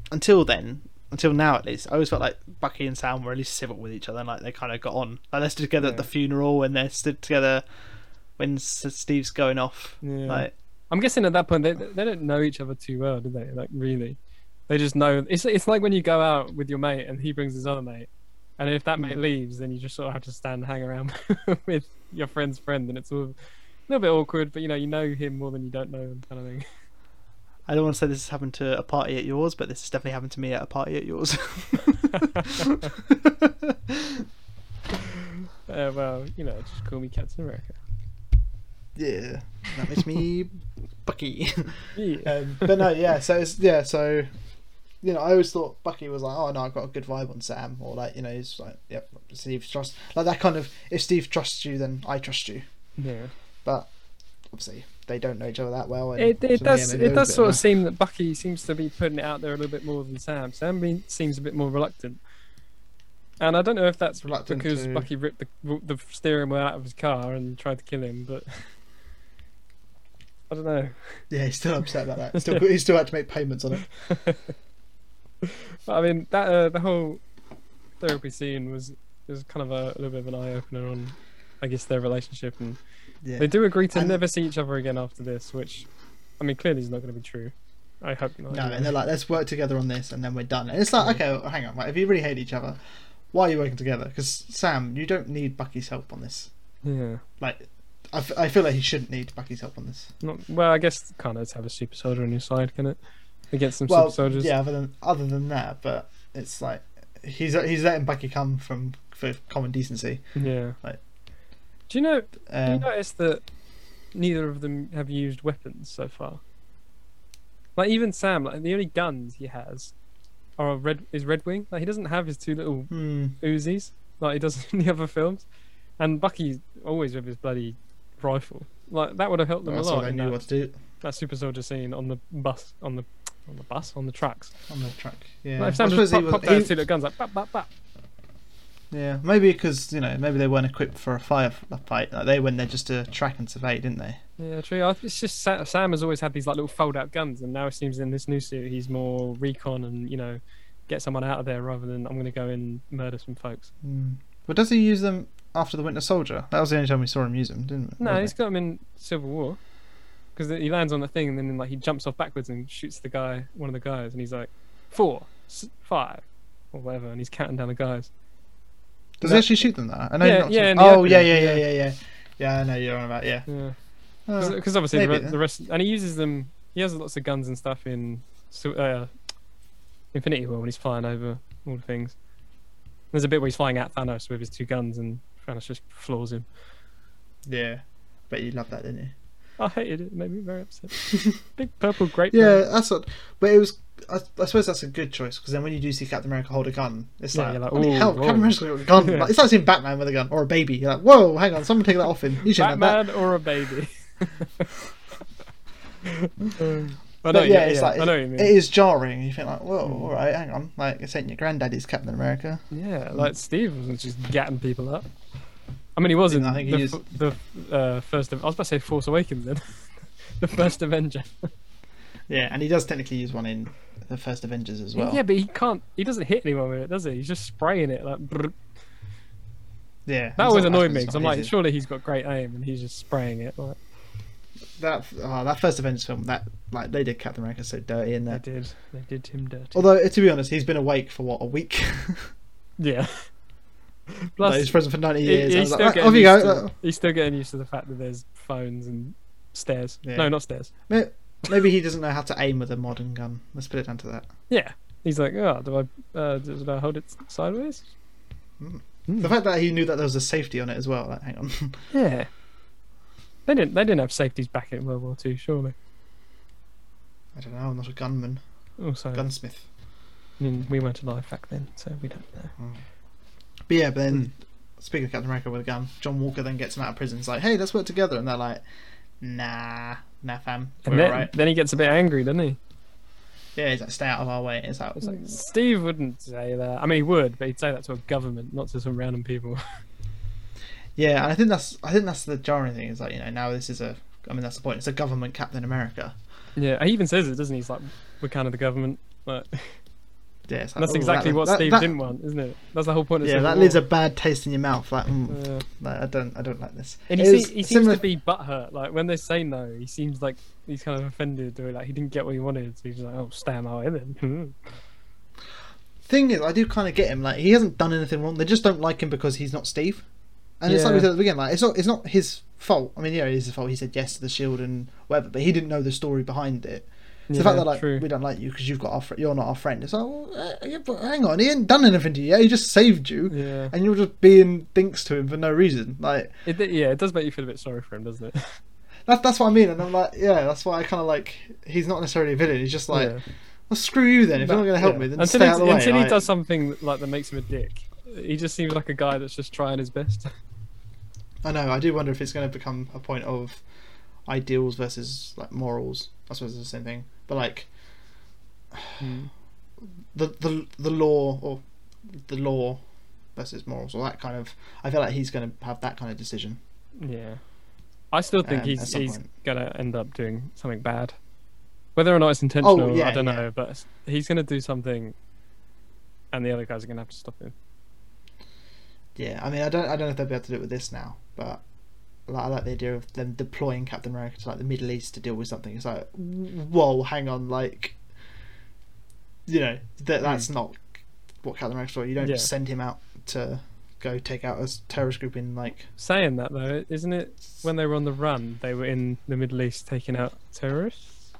until then, until now at least, I always felt like Bucky and Sam were at least civil with each other, and like they kind of got on. Like they're stood together at the Yeah. funeral, and they're stood together when S- Steve's going off. yeah. Like, I'm guessing at that point they they don't know each other too well, do they? Like really, they just know. It's it's like when you go out with your mate and he brings his other mate, and if that mate leaves, then you just sort of have to stand and hang around [LAUGHS] with your friend's friend, and it's all a little bit awkward. But you know, you know him more than you don't know him, kind of thing. I don't want to say this has happened to a party at yours, but this has definitely happened to me at a party at [LAUGHS] yours. [LAUGHS] Uh, well, you know, just call me Captain America. yeah, that makes me Bucky. [LAUGHS] Yeah. Um, but no, yeah. So it's yeah. So you know, I always thought Bucky was like, oh no, I've got a good vibe on Sam, or like you know, he's like, yep, Steve trust like that kind of. If Steve trusts you, then I trust you. yeah. But obviously, they don't know each other that well. And It, it so does maybe a it does bit sort of a- seem that Bucky seems to be putting it out there a little bit more than Sam. Sam be- seems a bit more reluctant, and I don't know if that's Reluctant because to- Bucky ripped the the steering wheel out of his car and tried to kill him, but [LAUGHS] I don't know. Yeah, he's still upset about [LAUGHS] that. He's Still, he still had to make payments on it. But I mean that uh, the whole therapy scene was was kind of a, a little bit of an eye opener on, I guess, their relationship, and Yeah. they do agree to And- never see each other again after this, which, I mean, clearly is not going to be true. I hope not. No, anyway. and they're like, let's work together on this, and then we're done. And it's like, okay, well, hang on, like, if you really hate each other, why are you working together? Because Sam, you don't need Bucky's help on this. yeah. Like, I, f- I feel like he shouldn't need Bucky's help on this. Not, well, I guess it can't have a super soldier on your side, can it? Against some well, super soldiers. yeah. Other than other than that, but it's like he's he's letting Bucky come from for common decency. Yeah. Right. Do you know? Do you Um, notice that neither of them have used weapons so far? Like even Sam, like the only guns he has are a red is Red Wing. Like he doesn't have his two little hmm, Uzis like he does [LAUGHS] in the other films, and Bucky's always with his bloody rifle. Like that would have helped them that's a all lot they in knew that, what to do that super soldier scene on the bus on the on the bus on the tracks. on the track. Yeah, Like if I Sam suppose just he pop, was- popped out he- his two little guns like bap bap bap. yeah, maybe because you know maybe they weren't equipped for a firefight. Like they went there just to track and survey, didn't they? Yeah, true. I- It's just Sa- Sam has always had these like little fold-out guns, and now it seems in this new suit he's more recon and you know get someone out of there rather than I'm going to go and murder some folks. Hmm. But does he use them after the Winter Soldier? That was the only time we saw him use them, didn't we? No, Wasn't he's got him in Civil War because he lands on the thing and then like he jumps off backwards and shoots the guy, one of the guys, and he's like four, s- five, or whatever, and he's counting down the guys. he? Does he actually shoot them though? I know Yeah, not yeah, to- in the Oh opening, yeah, yeah, yeah, yeah. yeah, yeah. Yeah, I know you're on about yeah. Yeah, Uh, because obviously the, maybe re- then. the rest, and he uses them. He has lots of guns and stuff in Su- uh, Infinity War when he's flying over all the things. There's a bit where he's flying at Thanos with his two guns, and Thanos just floors him. yeah, but you love that, didn't you? I hated it. It made me very [LAUGHS] upset. Big purple grape. Yeah, that's what. But it was. I, I suppose that's a good choice because then when you do see Captain America hold a gun, it's Yeah, like, you're like, "Bloody "Ooh, hell, whoa." Captain America's got [LAUGHS] a gun. Like, it's like seeing Batman with a gun or a baby. You're like, whoa, hang on, someone take that off him. You shouldn't have that. Batman or a [LAUGHS] baby. [LAUGHS] Um, I know. But yeah, Yeah, it's yeah, like I know what you mean. Mm. it is jarring. You think like, whoa, all right, hang on, like it's ain't your granddaddy's Captain America. Yeah, like Steve was just gatting people up. I mean, he wasn't. I think the, he f- the uh, first. Av- I was about to say Force Awakens then. [LAUGHS] the first Avenger. Yeah, and he does technically use one in the first Avengers as well. Yeah, but he can't. He doesn't hit anyone with it, does he? He's just spraying it like. brrr. yeah. That it's always not- annoyed it's me not because I'm like, easy. surely he's got great aim, and he's just spraying it. Like that oh, that first Avengers film that like they did Captain America so dirty in they there. did. They did him dirty. Although to be honest, he's been awake for what a week. [LAUGHS] yeah. [LAUGHS] like, Plus, he's present for ninety he- years. he's I was still like, right, getting off you used go. to- he's still getting used to the fact that there's phones and stairs. Yeah. No, not stairs. May- Maybe he doesn't know how to aim with a modern gun. Let's put it down to that. Yeah. He's like, oh, do I, uh, did I hold it sideways? The fact that he knew that there was a safety on it as well. Like, hang on. [LAUGHS] Yeah. They didn't. They didn't have safeties back in World War Two, surely. I don't know. I'm not a gunman. Also, Gunsmith. I mean, we weren't alive back then, so we don't know. But yeah, but then Hmm. speaking of Captain America with a gun, John Walker then gets him out of prison. It's like, hey, let's work together, and they're like, nah, nah, fam, And we're then, alright. then he gets a bit angry, doesn't he? Yeah, he's like, stay out of our way. It's like, it's Hmm. like Steve wouldn't say that. I mean, he would, but he'd say that to a government, not to some random people. [LAUGHS] yeah, and I think that's I think that's the jarring thing. Is like, you know, now this is a, I mean, that's the point. It's a government Captain America. yeah, he even says it, doesn't he? He's like, "We're kind of the government." [LAUGHS] Like, Yeah, it's like, that's "Ooh, exactly Oh, that- what that- Steve that- didn't want, isn't it? That's the whole point. Of Yeah, Civil that War. leaves a bad taste in your mouth. Like, mm, Yeah. like, I don't, I don't like this. And he, It was se- he seems similar- to be butthurt. Like when they say no, he seems like he's kind of offended, or like he didn't get what he wanted. So he's like, "Oh, stay out my way Hmm. then." [LAUGHS] thing is, I do kind of get him. Like he hasn't done anything wrong. They just don't like him because he's not Steve. And it's like we Yeah. said at the beginning, like it's not it's not his fault. I mean, yeah, it is his fault. He said yes to the shield and whatever, but he didn't know the story behind it. So the Yeah, fact that like true. we don't like you because you've got our fr- you're not our friend. It's like, well, uh, yeah, but hang on, he ain't done anything to you. Yeah, he just saved you, yeah. and you're just being dinks to him for no reason. Like It, d- yeah, it does make you feel a bit sorry for him, doesn't it? that's that's what I mean. And I'm like, yeah, that's why I kind of like he's not necessarily a villain. He's just [LAUGHS] like, Yeah. well, screw you then. If you're not going to help Yeah. me, then until stay he, out of the way. until like- he does something like that makes him a dick, he just seems like a guy that's just trying his best. I know. I do wonder if it's going to become a point of ideals versus like morals. I suppose it's the same thing, but like Hmm. the the the law or the law versus morals or that kind of. I feel like he's going to have that kind of decision. Yeah, I still think Um, at he's some he's point. gonna end up doing something bad, whether or not it's intentional. Oh, yeah, I don't yeah. know, but s- he's gonna do something, and the other guys are gonna have to stop him. Yeah, I mean, I don't I don't know if they'll be able to do it with this now, but like, I like the idea of them deploying Captain America to like the Middle East to deal with something. It's like, whoa, hang on, like, you know, that that's not what Captain America's for. You don't Mm. Yeah. send him out to go take out a s- terrorist group in like. Saying that though, isn't it? When they were on the run, they were in the Middle East taking out terrorists.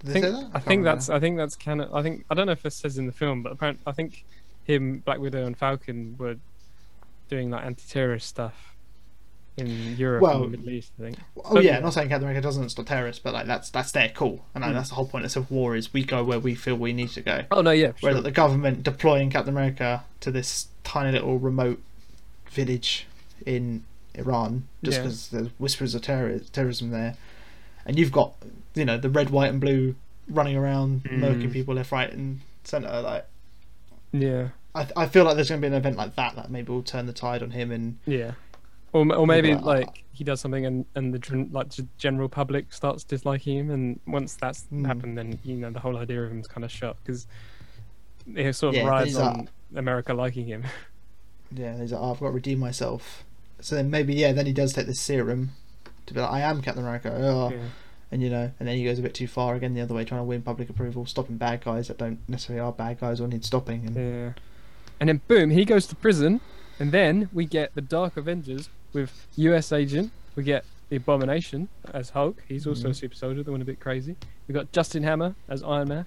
Did I they think, say that? I can't think remember that's I think that's canon. I think I don't know if this says in the film, but apparently I think him, Black Widow, and Falcon were doing like anti-terrorist stuff in Europe and Well, the Middle East. I think. now. Oh But- yeah, not saying Captain America doesn't stop terrorists, but like that's that's their call, and Mm. like, that's the whole point of civil war is we go where we feel we need to go. Oh no, yeah, Whether the government deploying Captain America to this tiny little remote village in Iran just Yeah. because there's whispers of terror- terrorism there, and you've got you know the red, white, and blue running around Mm. murking people left, right, and centre. Like yeah, I, I feel like there's going to be an event like that that maybe will turn the tide on him, and yeah. Or, m- or maybe Yeah. like he does something and and the gen- like g- general public starts disliking him, and once that's Mm. happened, then you know the whole idea of him's kind of shot because it sort of Yeah, rides these are- on America liking him. yeah, he's like, oh, I've got to redeem myself. So then maybe yeah, then he does take this serum to be like, I am Captain America. Oh, [LAUGHS] Yeah. and you know, and then he goes a bit too far again the other way, trying to win public approval, stopping bad guys that don't necessarily are bad guys or need stopping. And Yeah. And then boom, he goes to prison, and then we get the Dark Avengers with US Agent. We get the Abomination as Hulk. He's also a super soldier. They went a bit crazy. We got Justin Hammer as Iron Man.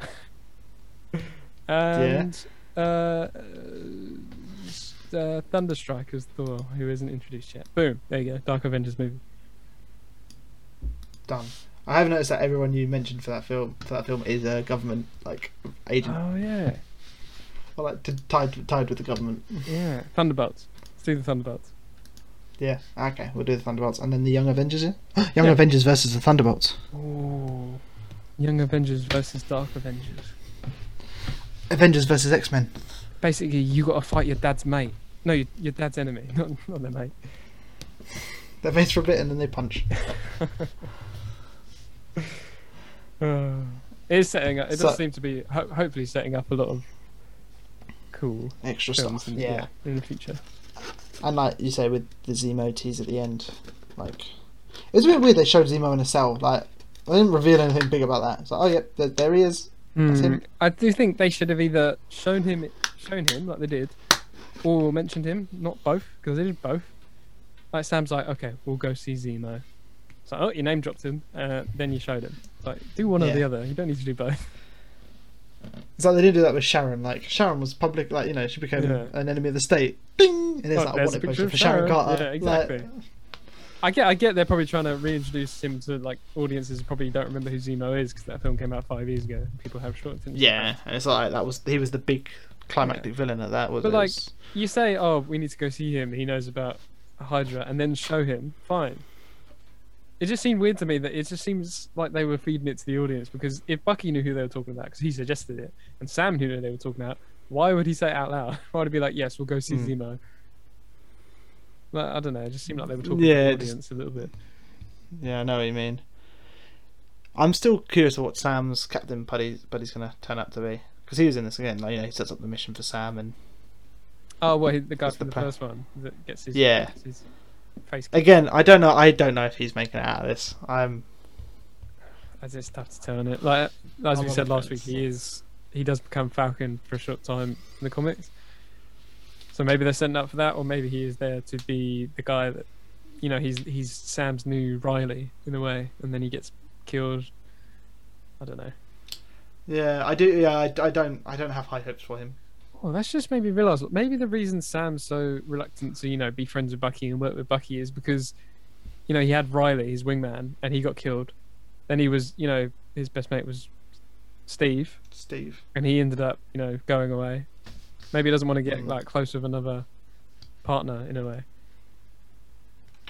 and uh, s- uh, Thunderstrike as Thor, who isn't introduced yet. Boom, there you go. Dark Avengers movie. done. I have noticed that everyone you mentioned for that film for that film is a government like agent Oh yeah, or like t- tied tied with the government. yeah. Thunderbolts. Let's do the Thunderbolts. Yeah. Okay, we'll do the Thunderbolts and then the Young Avengers. Yeah? [GASPS] Young Yeah. Avengers versus the Thunderbolts. Oh, Young Avengers versus Dark Avengers. Avengers versus X Men. Basically, you got to fight your dad's mate. No, your, your dad's enemy, [LAUGHS] not not their mate. They face for a bit and then they punch. Uh, it is setting up. It So- does seem to be ho- hopefully setting up a lot of cool Extra films. stuff. In, yeah. in the future. And like you say with the Zemo tease at the end, like it's a bit weird they showed Zemo in a cell. Like they didn't reveal anything big about that. It's like oh yep, there, there he is. That's Hmm, him. I do think they should have either shown him, shown him like they did, or mentioned him. Not both, because they did both. Like Sam's like, okay, we'll go see Zemo. It's like, oh, you name dropped him. Uh, then you showed him. It's like, do one or Yeah. the other. You don't need to do both. It's like they did do that with Sharon. Like Sharon was public, like you know, she became Yeah. an enemy of the state. Bing, and it's Oh, like there's a a wanted picture poster of for Sharon Sharon. Carter. Yeah, Like, exactly. I get, I get. They're probably trying to reintroduce him to like audiences who probably don't remember who Zemo is because that film came out five years ago. People have short attention. yeah, and it's like that was he was the big climactic villain at that. Was But, like, You say, oh, we need to go see him. He knows about Hydra, and then show him. Fine. It just seemed weird to me that it just seems like they were feeding it to the audience because if Bucky knew who they were talking about because he suggested it, and Sam knew who they were talking about, why would he say it out loud? [LAUGHS] Why would he be like, yes, we'll go see Hmm. Zemo? Like, I don't know. It just seemed like they were talking Yeah, to the it just- audience a little bit. yeah, I know what you mean. I'm still curious of what Sam's Captain Buddy Buddy's gonna turn up to be because he was in this again. Like you know, he sets up the mission for Sam, and Oh, well, he- the guy What's from the the, plan? first one that gets his Yeah. gets his face kicked. again, I don't know. I don't know if he's making it out of this. I'm As it's tough to tell, it? Like as I'm we on said the last week, fence. he is he does become Falcon for a short time in the comics. So maybe they're setting up for that, or maybe he is there to be the guy that you know he's he's Sam's new Riley in a way, and then he gets killed. I don't know. yeah, I do. Yeah, I, I don't. I don't have high hopes for him. Well, Oh, that's just made me realize maybe the reason Sam's so reluctant to you know be friends with Bucky and work with Bucky is because you know he had Riley, his wingman, and he got killed. Then he was you know his best mate was Steve, Steve. and he ended up, you know, going away. Maybe he doesn't want to get Mm. like close with another partner in a way.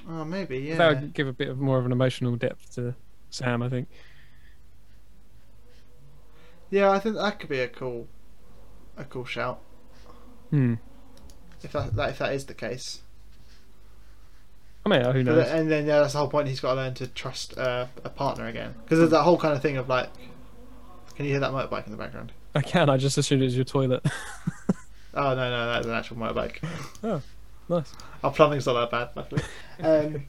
Oh, maybe yeah. That would give a bit of more of an emotional depth to Sam, I think. Yeah, I think that could be a cool, a cool shout Hmm. if that, that if that is the case. I mean, who But knows? then- and then yeah, that's the uh, whole point. He's got to learn to trust uh, a partner again because there's that whole kind of thing of like, can you hear that motorbike in the background? I can. I just assumed it was your toilet. [LAUGHS] Oh no, no, that's an actual motorbike. nice. Our plumbing's not that bad, luckily. [LAUGHS] Um,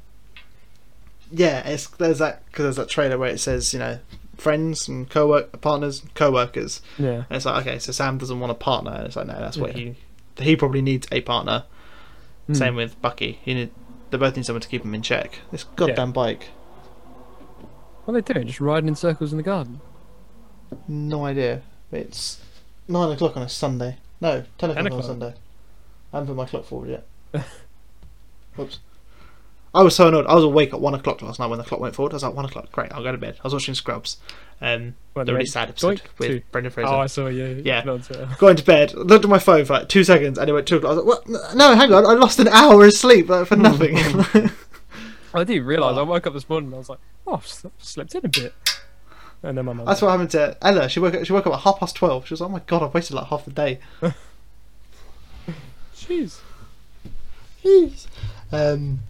yeah, it's there's that because there's that trailer where it says you know friends and co-work partners, co-workers, Yeah. and it's like okay, so Sam doesn't want a partner, and it's like no, that's what Yeah. he he probably needs a partner. Hmm. Same with Bucky. You need, they both need someone to keep them in check. This goddamn bike. What are they doing? Just riding in circles in the garden. No idea. It's nine o'clock on a Sunday. No, ten o'clock on a o'clock. Sunday. I haven't put my clock forward yet. [LAUGHS] Whoops. I was so annoyed. I was awake at one o'clock last night when the clock went forward. I was like, one o'clock, great, I'll go to bed. I was watching Scrubs, um, Well, the they- really sad episode Doink. with Two. Brendan Fraser. Oh, I saw you. Yeah. Not uh, on Twitter. Going to bed, looked at my phone for like two seconds, and it went two o'clock. I was like, what? No, hang on, I lost an hour of sleep [LAUGHS] like, for nothing. [LAUGHS] I didn't realise. Oh. I woke up this morning and I was like, oh, I've sl- slept in a bit. And then my mum. That's what happened to Ella. She woke up. She woke up at half past twelve. She was like, "Oh my god, I've wasted like half the day." Jeez. Jeez. Um,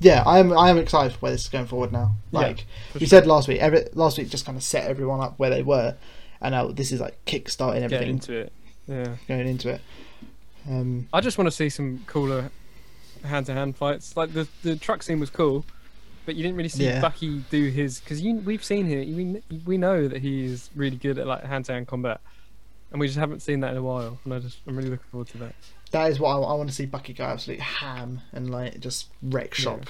yeah, I am. I am excited for where this is going forward now. Yeah, Like for you sure. said last week, every last week just kind of set everyone up where they were, and now this is like kickstarting Get everything into it. Yeah. going into it. Um, I just want to see some cooler hand-to-hand fights. Like the the truck scene was cool, but you didn't really see Yeah. Bucky do his because we've seen him. We we know that he's really good at like hand-to-hand combat, and we just haven't seen that in a while. And I just I'm really looking forward to that. that is what I, want to see. Bucky go absolute ham and like just wreck shop.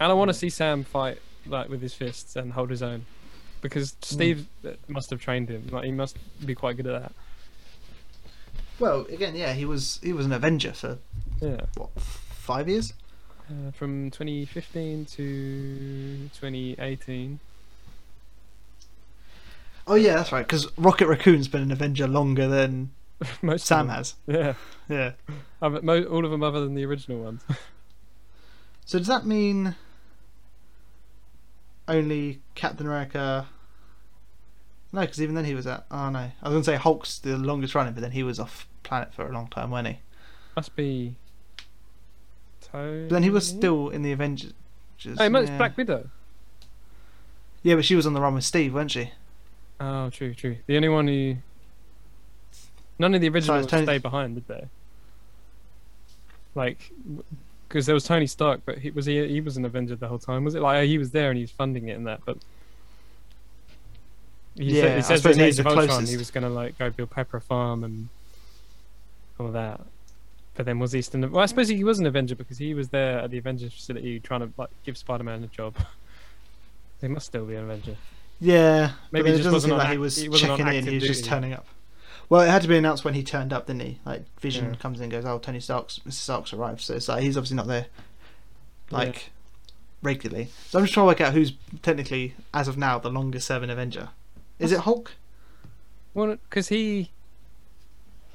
And I want to see Sam fight like with his fists and hold his own, Mm. because Steve uh, must have trained him. Like he must be quite good at that. Well, again, yeah, he was he was an Avenger for Yeah. what five years. Uh, from 2015 to 2018, Oh yeah, that's right. Because Rocket Raccoon's been an Avenger longer than [LAUGHS] Most of Sam them. has. Yeah, Yeah. Other- mo- all of them other than the original ones. So does that mean only Captain America? No, because even then he was at. Oh no, I was gonna say Hulk's the longest running, but then he was off planet for a long time, wasn't he? Must be. Tony. But then he was still in the Avengers. Hey, man, it's yeah. Black Widow. Yeah, but she was on the run with Steve, wasn't she? Oh, true, true. The only one who. None of the originals Tony- stayed behind, did they? Like, because there was Tony Stark, but he was he he was an Avenger the whole time. Was it like he was there and he's funding it and that, but. He Yeah, said, I he says suppose in he's Age of the Ultron he closest. was gonna like go build Pepper Farm and all that, but then was he still? Well, I suppose he was an Avenger because he was there at the Avengers facility trying to like give Spider-Man a job. [LAUGHS] he must still be an Avenger. Yeah, Maybe maybe he it just doesn't wasn't seem on like he act- was he wasn't on checking in. active He was just duty. turning up. Well, it had to be announced when he turned up, didn't he? Like Vision Yeah. comes in, and goes, "Oh, Tony Stark's Mr. Stark's arrived." So it's like he's obviously not there, Yeah. like regularly. So I'm just trying to work out who's technically, as of now, the longest serving Avenger. Is it Hulk? Well, because he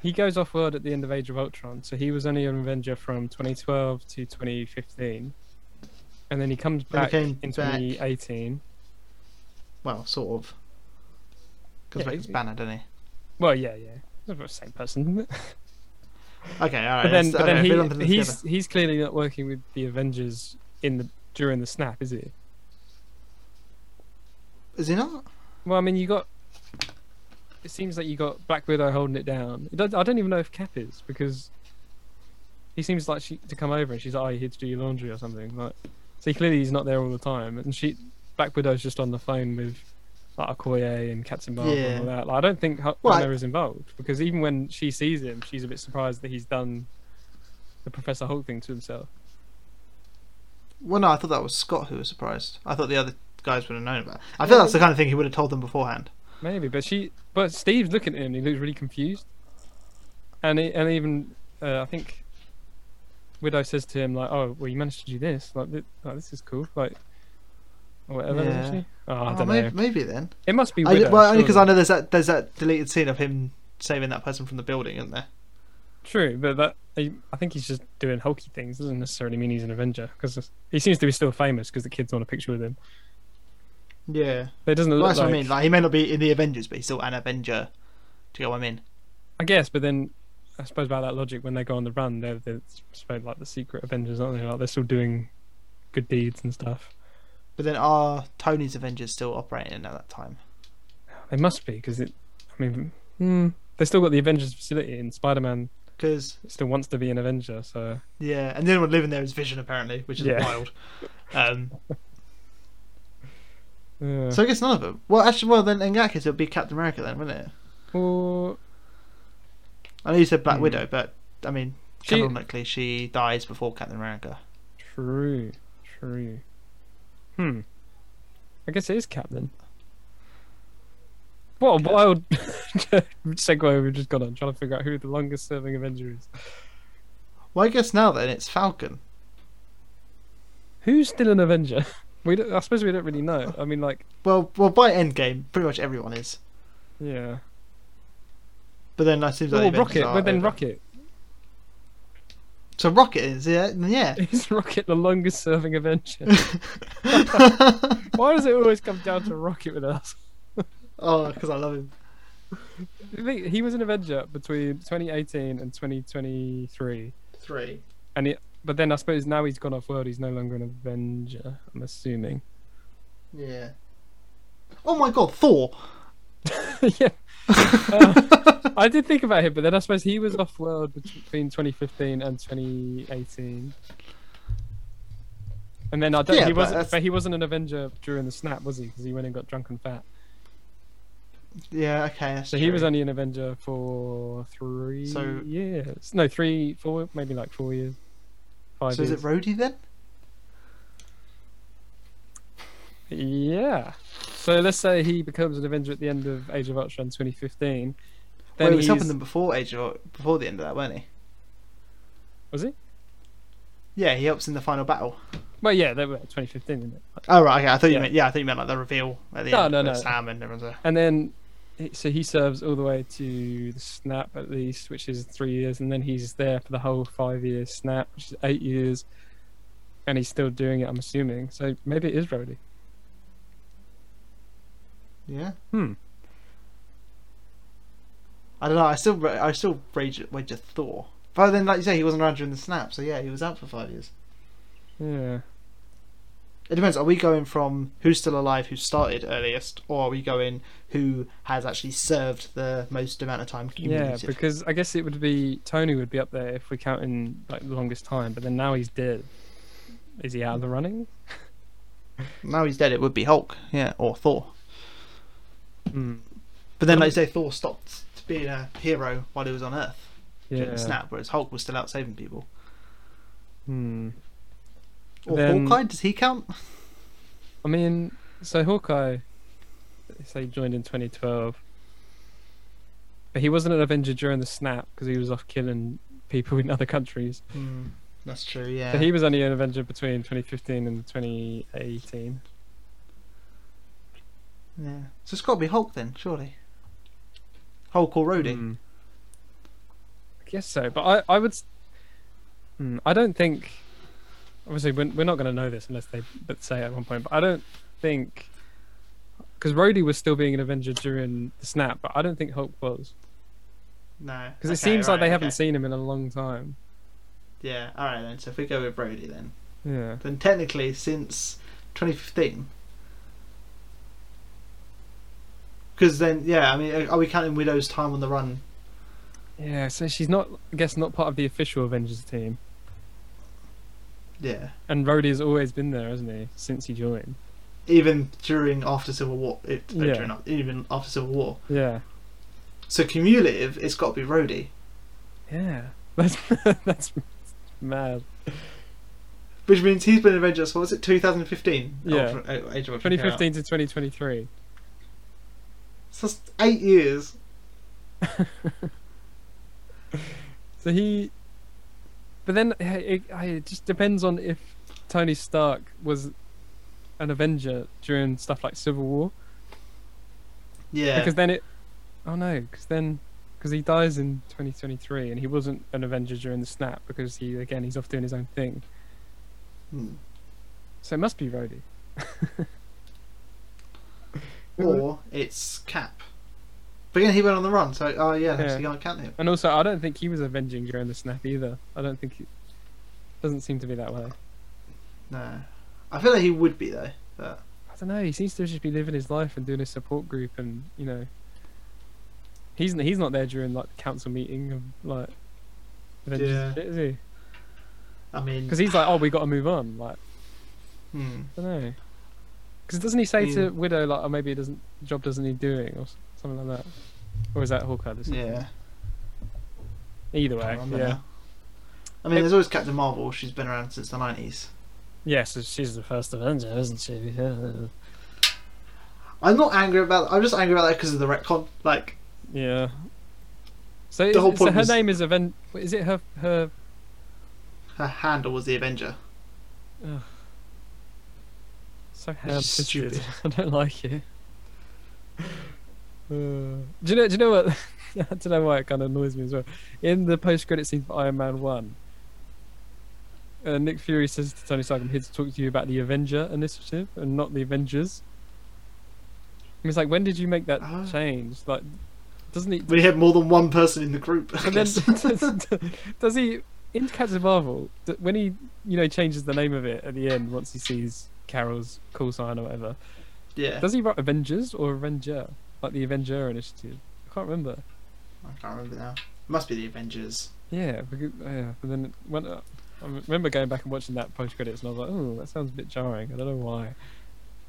he goes off world at the end of Age of Ultron, so he was only an Avenger from 2012 to 2015, and then he comes Then he back came in back. 2018. Well, sort of. Comes Yeah, back he- as Banner, doesn't he? Well, yeah, yeah, They're the same person. [LAUGHS] isn't it? Okay, all right. but then, that's- but okay, then we lumped them he, he's together. he's clearly not working with the Avengers in the during the snap, is he? is he not? Well, I mean, you got. It seems like you got Black Widow holding it down. It don't- I don't even know if Cap is because he seems like she to come over and she's like, "Oh, you here to do your laundry or something." Like, so clearly he's not there all the time, and she Black Widow's just on the phone with like Okoye and Captain Marvel Yeah. and all that. Like, I don't think Ho- Well, I- Banner is involved because even when she sees him, she's a bit surprised that he's done the Professor Hulk thing to himself. Well, no, I thought that was Scott who was surprised. I thought the other guys would have known about. It. I thought that's the kind of thing he would have told them beforehand. Maybe, but she, but Steve's looking at him. He looks really confused, and he, and even uh, I think Widow says to him like, "Oh, well, you managed to do this. Like, thi- like this is cool. Like, or whatever." doesn't Yeah. she? Oh, I Oh, don't may- know. maybe then. It must be I, Widow. well, only because I surely. know there's that there's that deleted scene of him saving that person from the building, isn't there? True, but that I I think he's just doing hulky things. Doesn't necessarily mean he's an Avenger because he seems to be still famous because the kids want a picture with him. Yeah, But it doesn't well, look that's like. what I mean. Like he may not be in the Avengers, but he's still an Avenger. Do you get what I mean? I guess, but then I suppose by that logic, when they go on the run, they're, they're supposed like the secret Avengers, aren't they? Like they're still doing good deeds and stuff. But then are Tony's Avengers still operating at that time? They must be because it. I mean, hmm, they still got the Avengers facility, and Spider-Man Because still wants to be an Avenger. So yeah, and the only one living there is Vision apparently, which is Yeah. wild. Um, [LAUGHS] yeah. so I guess none of them. Well, actually, well then in that case it would be Captain America then, wouldn't it? Or- I know you said Black Hmm. Widow, but I mean, She- canonically she dies before Captain America. true, true. Hmm. I guess it is Captain. What a wild [LAUGHS] segue we've just got on trying to figure out who the longest-serving Avenger is. Well, I guess now then it's Falcon. Who's still an Avenger? [LAUGHS] We don't, I suppose we don't really know. I mean, like, Well, well, by Endgame, pretty much everyone is. yeah. But then that seems like Or the Avengers Rocket, are but then over. Rocket. [LAUGHS] So Rocket is, yeah, then yeah. Is Rocket the longest-serving Avenger? oh, [LAUGHS] Why does it [LAUGHS] always come down to Rocket with us? because Oh, I love him. I think He was an Avenger between 2018 and 2023, Three. and he, but then I suppose now he's gone off world. He's no longer an Avenger. I'm assuming. [LAUGHS] Yeah. Oh my God, Thor. yeah, [LAUGHS] Uh, I did think about him, but then I suppose he was off world between 2015 and 2018. And then I don't, Yeah, he but wasn't, that's- but he wasn't an Avenger during the snap, was he? Because he went and got drunk and fat. Yeah. Okay. That's So he was true. only an Avenger for three So- years. No, three, four, maybe like four years. Five So is years. it Rhodey then? Yeah. So let's say he becomes an Avenger at the end of Age of Ultron 2015. Then Well, he was he's- helping them before Age of before the end of that, weren't he? Was he? Yeah, he helps in the final battle. Well, yeah, they were 2015, didn't it? Oh right, okay. I thought you Yeah. meant yeah. I thought you meant like the reveal at the No, end. no, where no. Sam and everyone's there. And then he- so he serves all the way to the snap at least, which is three years, and then he's there for the whole five years snap, which is eight years, and he's still doing it. I'm assuming. So maybe it is Rhodey. Yeah. Hmm. I don't know. I still ra- I still rage at Wedge of Thor. But then, like you say, he wasn't around during the snap, so yeah, he was out for five years. Yeah. It depends. Are we going from who's still alive, who started earliest, or are we going who has actually served the most amount of time Yeah, cumulative? because I guess it would be Tony would be up there if we count in like the longest time, but then now he's dead. Is he out of the running? now he's dead. It would be Hulk, yeah, or Thor. Hmm. But then, like you say, Thor stopped being a hero while he was on Earth during Yeah. the snap, whereas Hulk was still out saving people. Hmm. Or Then- Hawkeye? Does he count? I mean, so Hawkeye, say joined in 2012, but he wasn't an Avenger during the snap because he was off killing people in other countries. Hmm, that's true. Yeah. So he was only an Avenger between 2015 and 2018. Yeah. So it's got to be Hulk then, surely. Hulk or Rhodey. Hmm. I guess so, but I, I would. s- Hmm, I don't think. Obviously, we're, we're not going to know this unless they but say at one point. But I don't think because Rhodey was still being an Avenger during the snap, but I don't think Hulk was No. because it seems like they haven't seen him in a long time. Yeah. All right then. So if we go with Rhodey then, Yeah. then technically since 2015. Because then, yeah, I mean, are we counting Widow's time on the run? Yeah, so she's not, I guess, not part of the official Avengers team. Yeah. And Rhodey has always been there, hasn't he, since he joined? Even during after Civil War, it, uh, Yeah. during, even after Civil War. Yeah. So cumulative, it's got to be Rhodey. Yeah. That's [LAUGHS] that's mad. Which means he's been Avengers. What was it? 2015. Yeah. Ultra- uh, Age of Ultron came out. 2015 to 2023. So that's eight years. So he. But then it, it, it just depends on if Tony Stark was an Avenger during stuff like Civil War. Yeah. Because then it. Oh no, because then. Because he dies in 2023 and he wasn't an Avenger during the snap because he, again, he's off doing his own thing. Hmm. So it must be Rhodey. or it's Cap. But again, he went on the run, so oh yeah, Yeah. so you can't count him. And also, I don't think he was avenging during the snap either. I don't think it doesn't seem to be that way. No, I feel like he would be though. But I don't know. He seems to just be living his life and doing his support group, and you know, he's n- he's not there during like the council meeting of like Avengers, Yeah. and shit, is he? I mean, Because he's like, oh, we got to move on. Like, hmm. I don't know. Because doesn't he say Yeah. to Widow like, oh, maybe it doesn't job doesn't need doing or s- something like that, or is that Hawkeye? This yeah, Either I way, remember yeah. now. I mean, there's always Captain Marvel. She's been around since the nineties. Yeah, so she's the first Avenger, isn't she? Yeah. I'm not angry about. I'm just angry about that because of the retcon. Like, Yeah. So, The is- whole so point her was- name is Aven. wait, Is it her her? her handle was the Avenger. So That's ham-fisted. stupid. [LAUGHS] I don't like [LAUGHS] it. Uh, do you know? Do you know what? [LAUGHS] I don't know why it kind of annoys me as well. In the post-credit scene for Iron Man One, uh, Nick Fury says to Tony Stark, "I'm here to talk to you about the Avenger Initiative and not the Avengers." And it's like, when did you make that Ah. change? Like, doesn't [LAUGHS] he? [LAUGHS] We had more than one person in the group. [LAUGHS] I And then [LAUGHS] guess. does, does he in Captain Marvel d- when he you know changes the name of it at the end once he sees Carol's call sign or whatever? yeah, Does he write Avengers or Avenger like the Avenger Initiative? I can't remember. I can't remember now. Must be the Avengers. Yeah, because, yeah. But then when uh, I remember going back and watching that post credits and I was like, oh, that sounds a bit jarring. I don't know why.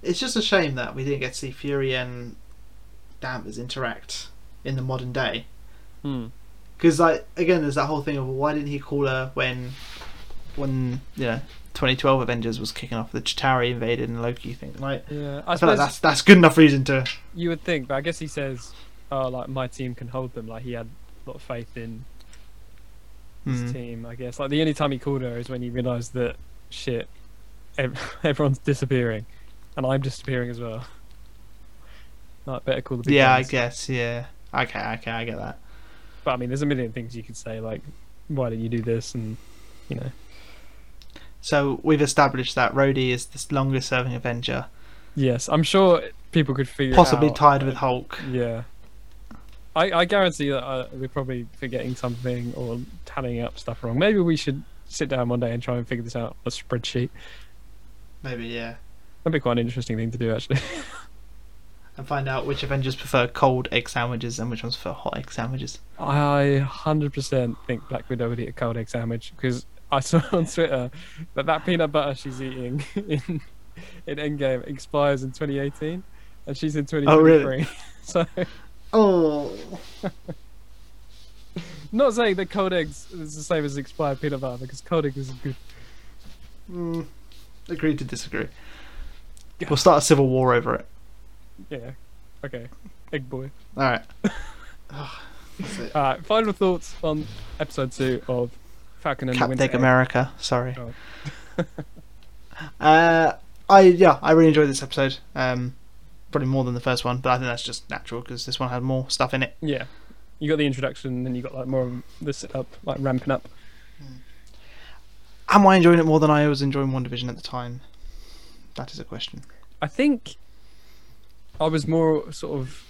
It's just a shame that we didn't get to see Fury and Danvers interact in the modern day. because like again there's that whole thing of why didn't he call her when when you know 2012 avengers was kicking off the chitari invaded and loki thing like Yeah, i, I feel like suppose that's that's good enough reason to you would think, but I guess he says, oh, like my team can hold them. Like he had a lot of faith in his Hmm. team, I guess. Like the only time he called her is when he realised that shit, [LAUGHS] ev- everyone's disappearing, and I'm disappearing as well. Like Better Call the Big Yeah, I Guys. guess. Yeah. Okay, okay, I get that. But I mean, there's a million things you could say, like, why didn't you do this? And, you know, So we've established that Rhodey is the longest serving Avenger, yes, I'm sure people could figure possibly out, tied uh, with Hulk. Yeah. I, I guarantee that uh, we're probably forgetting something or tallying up stuff wrong. Maybe we should sit down one day and try and figure this out on a spreadsheet. Maybe, yeah. That'd be quite an interesting thing to do, actually. And find out which Avengers prefer cold egg sandwiches and which ones prefer hot egg sandwiches. I 100% think Black Widow would eat a cold egg sandwich because I [LAUGHS] saw on Twitter that that peanut butter she's eating in, in Endgame expires in 2018 and she's in 2023. Oh, really? [LAUGHS] So, Oh. not saying that cold eggs is the same as expired peanut butter because cold eggs is good. Mm, agree to disagree. Yeah. We'll start a civil war over it. Yeah. Okay. Egg boy. All right. All right. Final thoughts on episode two of Falcon and the Captain Winter. Egg America. Sorry. Oh. uh, I yeah, I really enjoyed this episode. Um, probably more than the first one, but I think that's just natural because this one had more stuff in it. Yeah. You got the introduction, and you got like more of the setup, like ramping up. Am I enjoying it more than I was enjoying One Division at the time? That is a question. I think I was more sort of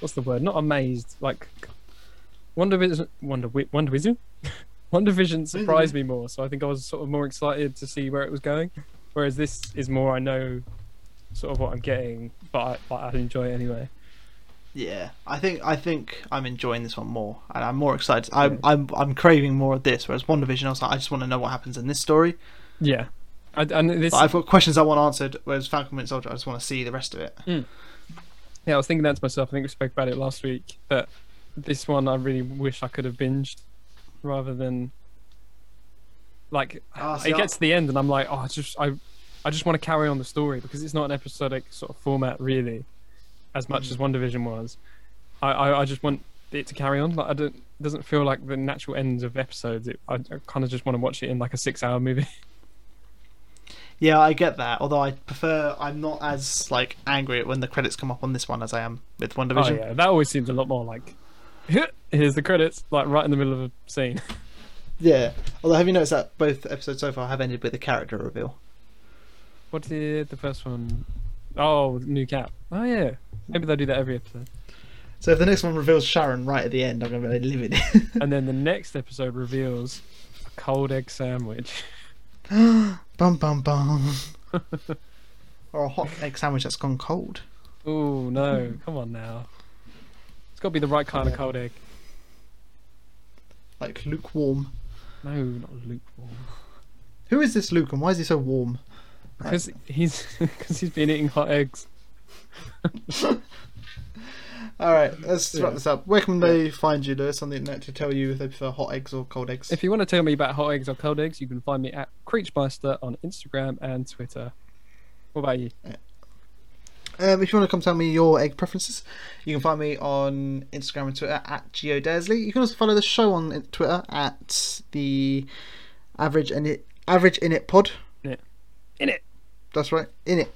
what's the word? Not amazed. Like Wonder Vision, Wonder Wi- Wonder Vision, [LAUGHS] Wonder Vision surprised me more. So I think I was sort of more excited to see where it was going. Whereas this is more I know sort of what I'm getting, but I, but I enjoy it anyway. Yeah, I think I think I'm enjoying this one more, and I'm more excited. I'm I'm I'm craving more of this. Whereas One Division, I was like, I just want to know what happens in this story. Yeah, I, and this But I've got questions I want answered. Whereas Falcon Winter Soldier, I just want to see the rest of it. Yeah, I was thinking that to myself. I think we spoke about it last week. That this one, I really wish I could have binged rather than like Ah, see, it I- gets to the end and I'm like, oh, I just I, I just want to carry on the story because it's not an episodic sort of format really, as much as One Mm. Division was. I, I I just want it to carry on. Like I don't it doesn't feel like the natural ends of episodes. It, I, I kind of just want to watch it in like a six-hour [LAUGHS] movie. Yeah, I get that. Although I prefer, I'm not as like angry at when the credits come up on this one as I am with One Oh [LAUGHS] Division. yeah, that always seems a lot more like. [LAUGHS] Here's the credits, like right in the middle of a scene. Yeah. Although, have you noticed that both episodes so far have ended with a character reveal? What did the first one? Oh, new cap. Oh yeah. Maybe they'll do that every episode. So if the next one reveals Sharon right at the end, I'm gonna be like, live it. [LAUGHS] And then the next episode reveals a cold egg sandwich. [LAUGHS] bum bum bum. or a hot egg sandwich that's gone cold. Oh [LAUGHS] no! Come on now. It's got to be the right kind of Yeah. cold egg. Like lukewarm. No, not lukewarm. Who is this Luke and why is he so warm? Right. Because he's [LAUGHS] because he's been eating hot eggs. All right, let's wrap Yeah. this up. Where can they find you, Lewis, on the internet to tell you if they prefer hot eggs or cold eggs? If you want to tell me about hot eggs or cold eggs, you can find me at Creechmeister on Instagram and Twitter. What about you? Um, if you want to come tell me your egg preferences, you can find me on Instagram and Twitter at GeoDesley. You can also follow the show on Twitter at the average and it average in it pod. In it, That's right, in it,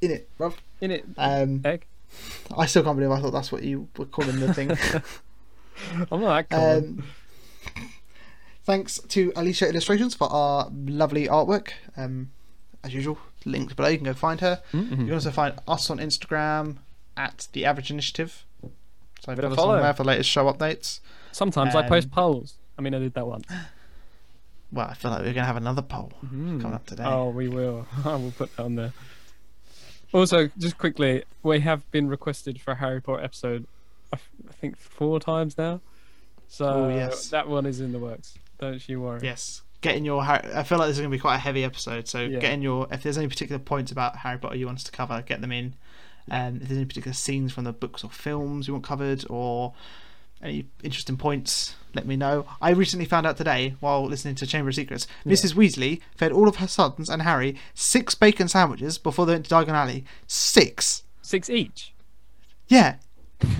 in it, bruv. in it, Um, egg. I still can't believe I thought that's what you were calling the [LAUGHS] thing. I'm not that cold. um, thanks to Alicia Illustrations for our lovely artwork. Um, as usual, linked below. You can go find her. Mm-hmm. You can also find us on Instagram at the Average Initiative. So Bit of a follow us on follow. there for latest show updates. Sometimes I post um, polls. I mean, I did that once. Well, I feel like we're gonna have another poll coming up today. Oh, we will. [LAUGHS] I will put that on there. Also, just quickly, we have been requested for a Harry Potter episode, I, f- I think four times now. So Oh, yes. that one is in the works. Don't you worry. Yes, getting your. Har- I feel like this is gonna be quite a heavy episode. So Yeah. getting your. If there's any particular points about Harry Potter you want us to cover, get them in. Um, if there's any particular scenes from the books or films you want covered, or any interesting points, let me know. I recently found out today while listening to Chamber of Secrets, Mrs. Weasley fed all of her sons and Harry six bacon sandwiches before they went to Diagon Alley. Six. Six each. Yeah.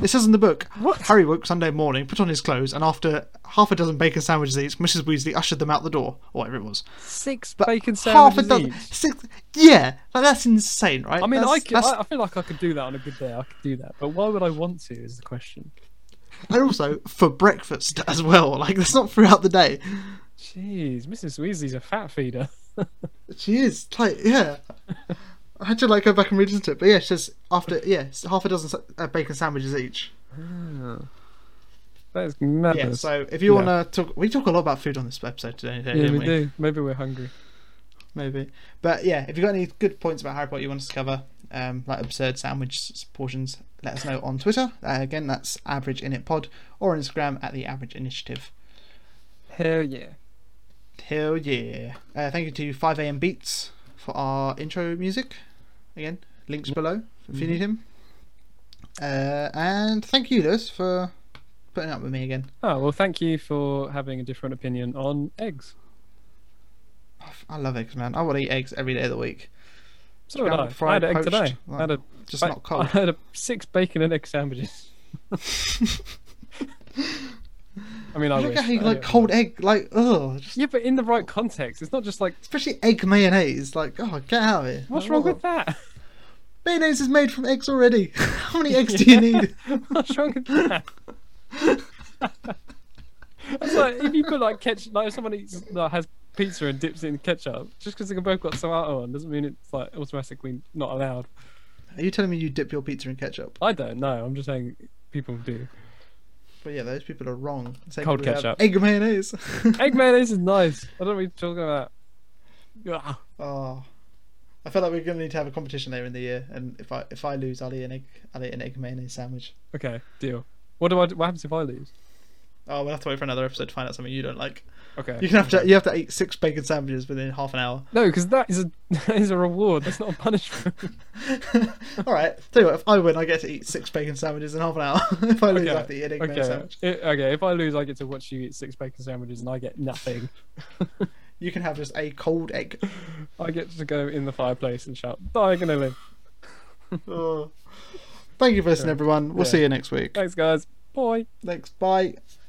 It says in the book, What? Harry woke Sunday morning, put on his clothes, and after half a dozen bacon sandwiches each, Mrs. Weasley ushered them out the door, or whatever it was. Six But bacon half a sandwiches dozen, each. six, yeah, like, that's insane, right? I mean, that's, I, could, that's- I, I feel like I could do that on a good day. I could do that, but why would I want to? Is the question. and also for breakfast [LAUGHS] as well. Like that's not throughout the day. Jeez, Mrs. Weasley's a fat feeder. [LAUGHS] She is like yeah. I had to like go back and re-listen to it, but yeah, she says after yeah it's half a dozen sa- uh, bacon sandwiches each. That is madness. Yeah, so if you Yeah. wanna talk, we talk a lot about food on this episode today, Yeah, didn't we, we? do. Maybe we're hungry. Maybe, but yeah, if you've got any good points about Harry Potter you want us to cover, um, like absurd sandwich s- portions, let us know on Twitter. Uh, again, that's Average Init Pod or on Instagram at the Average Initiative. Hell yeah. Hell yeah. Uh, thank you to 5am Beats for our intro music. Again, links below if you Mhm. need him. Uh, and thank you, Lewis, for putting up with me again. Oh well, thank you for having a different opinion on eggs. I f- I love eggs, man. I would eat eggs every day of the week. So did Scrambled, I. I fried, had an egg poached, today. I had a, Just ba- not [LAUGHS] I cold. had a six bacon and egg [LAUGHS] sandwiches. I mean, I, I don't wish. get how you I like don't cold know. egg. Like, ugh. Just, Yeah, but in the right context. It's not just like especially egg mayonnaise. Like, oh, get out of here. what's Like, wrong what with that. the- [LAUGHS] Mayonnaise is made from eggs already. [LAUGHS] how many [LAUGHS] eggs do you need? What's wrong with that? [LAUGHS] That's like if you put like ketchup, like if someone eats like, has pizza and dips it in ketchup, just because they've both got tomato on doesn't mean it's like automatically not allowed. Are you telling me you dip your pizza in ketchup? I don't know. I'm just saying people do. But yeah, those people are wrong. Saying Cold people have ketchup. Egg mayonnaise. [LAUGHS] Egg mayonnaise is nice. I don't know what you're talking about. Ugh. Oh, I feel like we're gonna need to have a competition later in the year, and if I if I lose, I'll eat an egg, I'll eat an egg mayonnaise sandwich. Okay, deal. What do I? Do? What happens if I lose? Oh, we'll have to wait for another episode to find out something you don't like. Okay. You can have to you have to eat six bacon sandwiches within half an hour. [LAUGHS] No, because that is a [LAUGHS] that is a reward. That's not a punishment. All right, tell you what, if I win, I get to eat six bacon sandwiches in half an hour. [LAUGHS] if I lose, I have to eat an egg okay. mayonnaise sandwich. I- okay. If I lose, I get to watch you eat six bacon sandwiches, and I get nothing. [LAUGHS] You can have just a cold [LAUGHS] egg. I get to go in the fireplace and shout diagonally. Oh. Thank you for listening, everyone. We'll Yeah. see you next week. Thanks, guys. Bye. Thanks. Bye.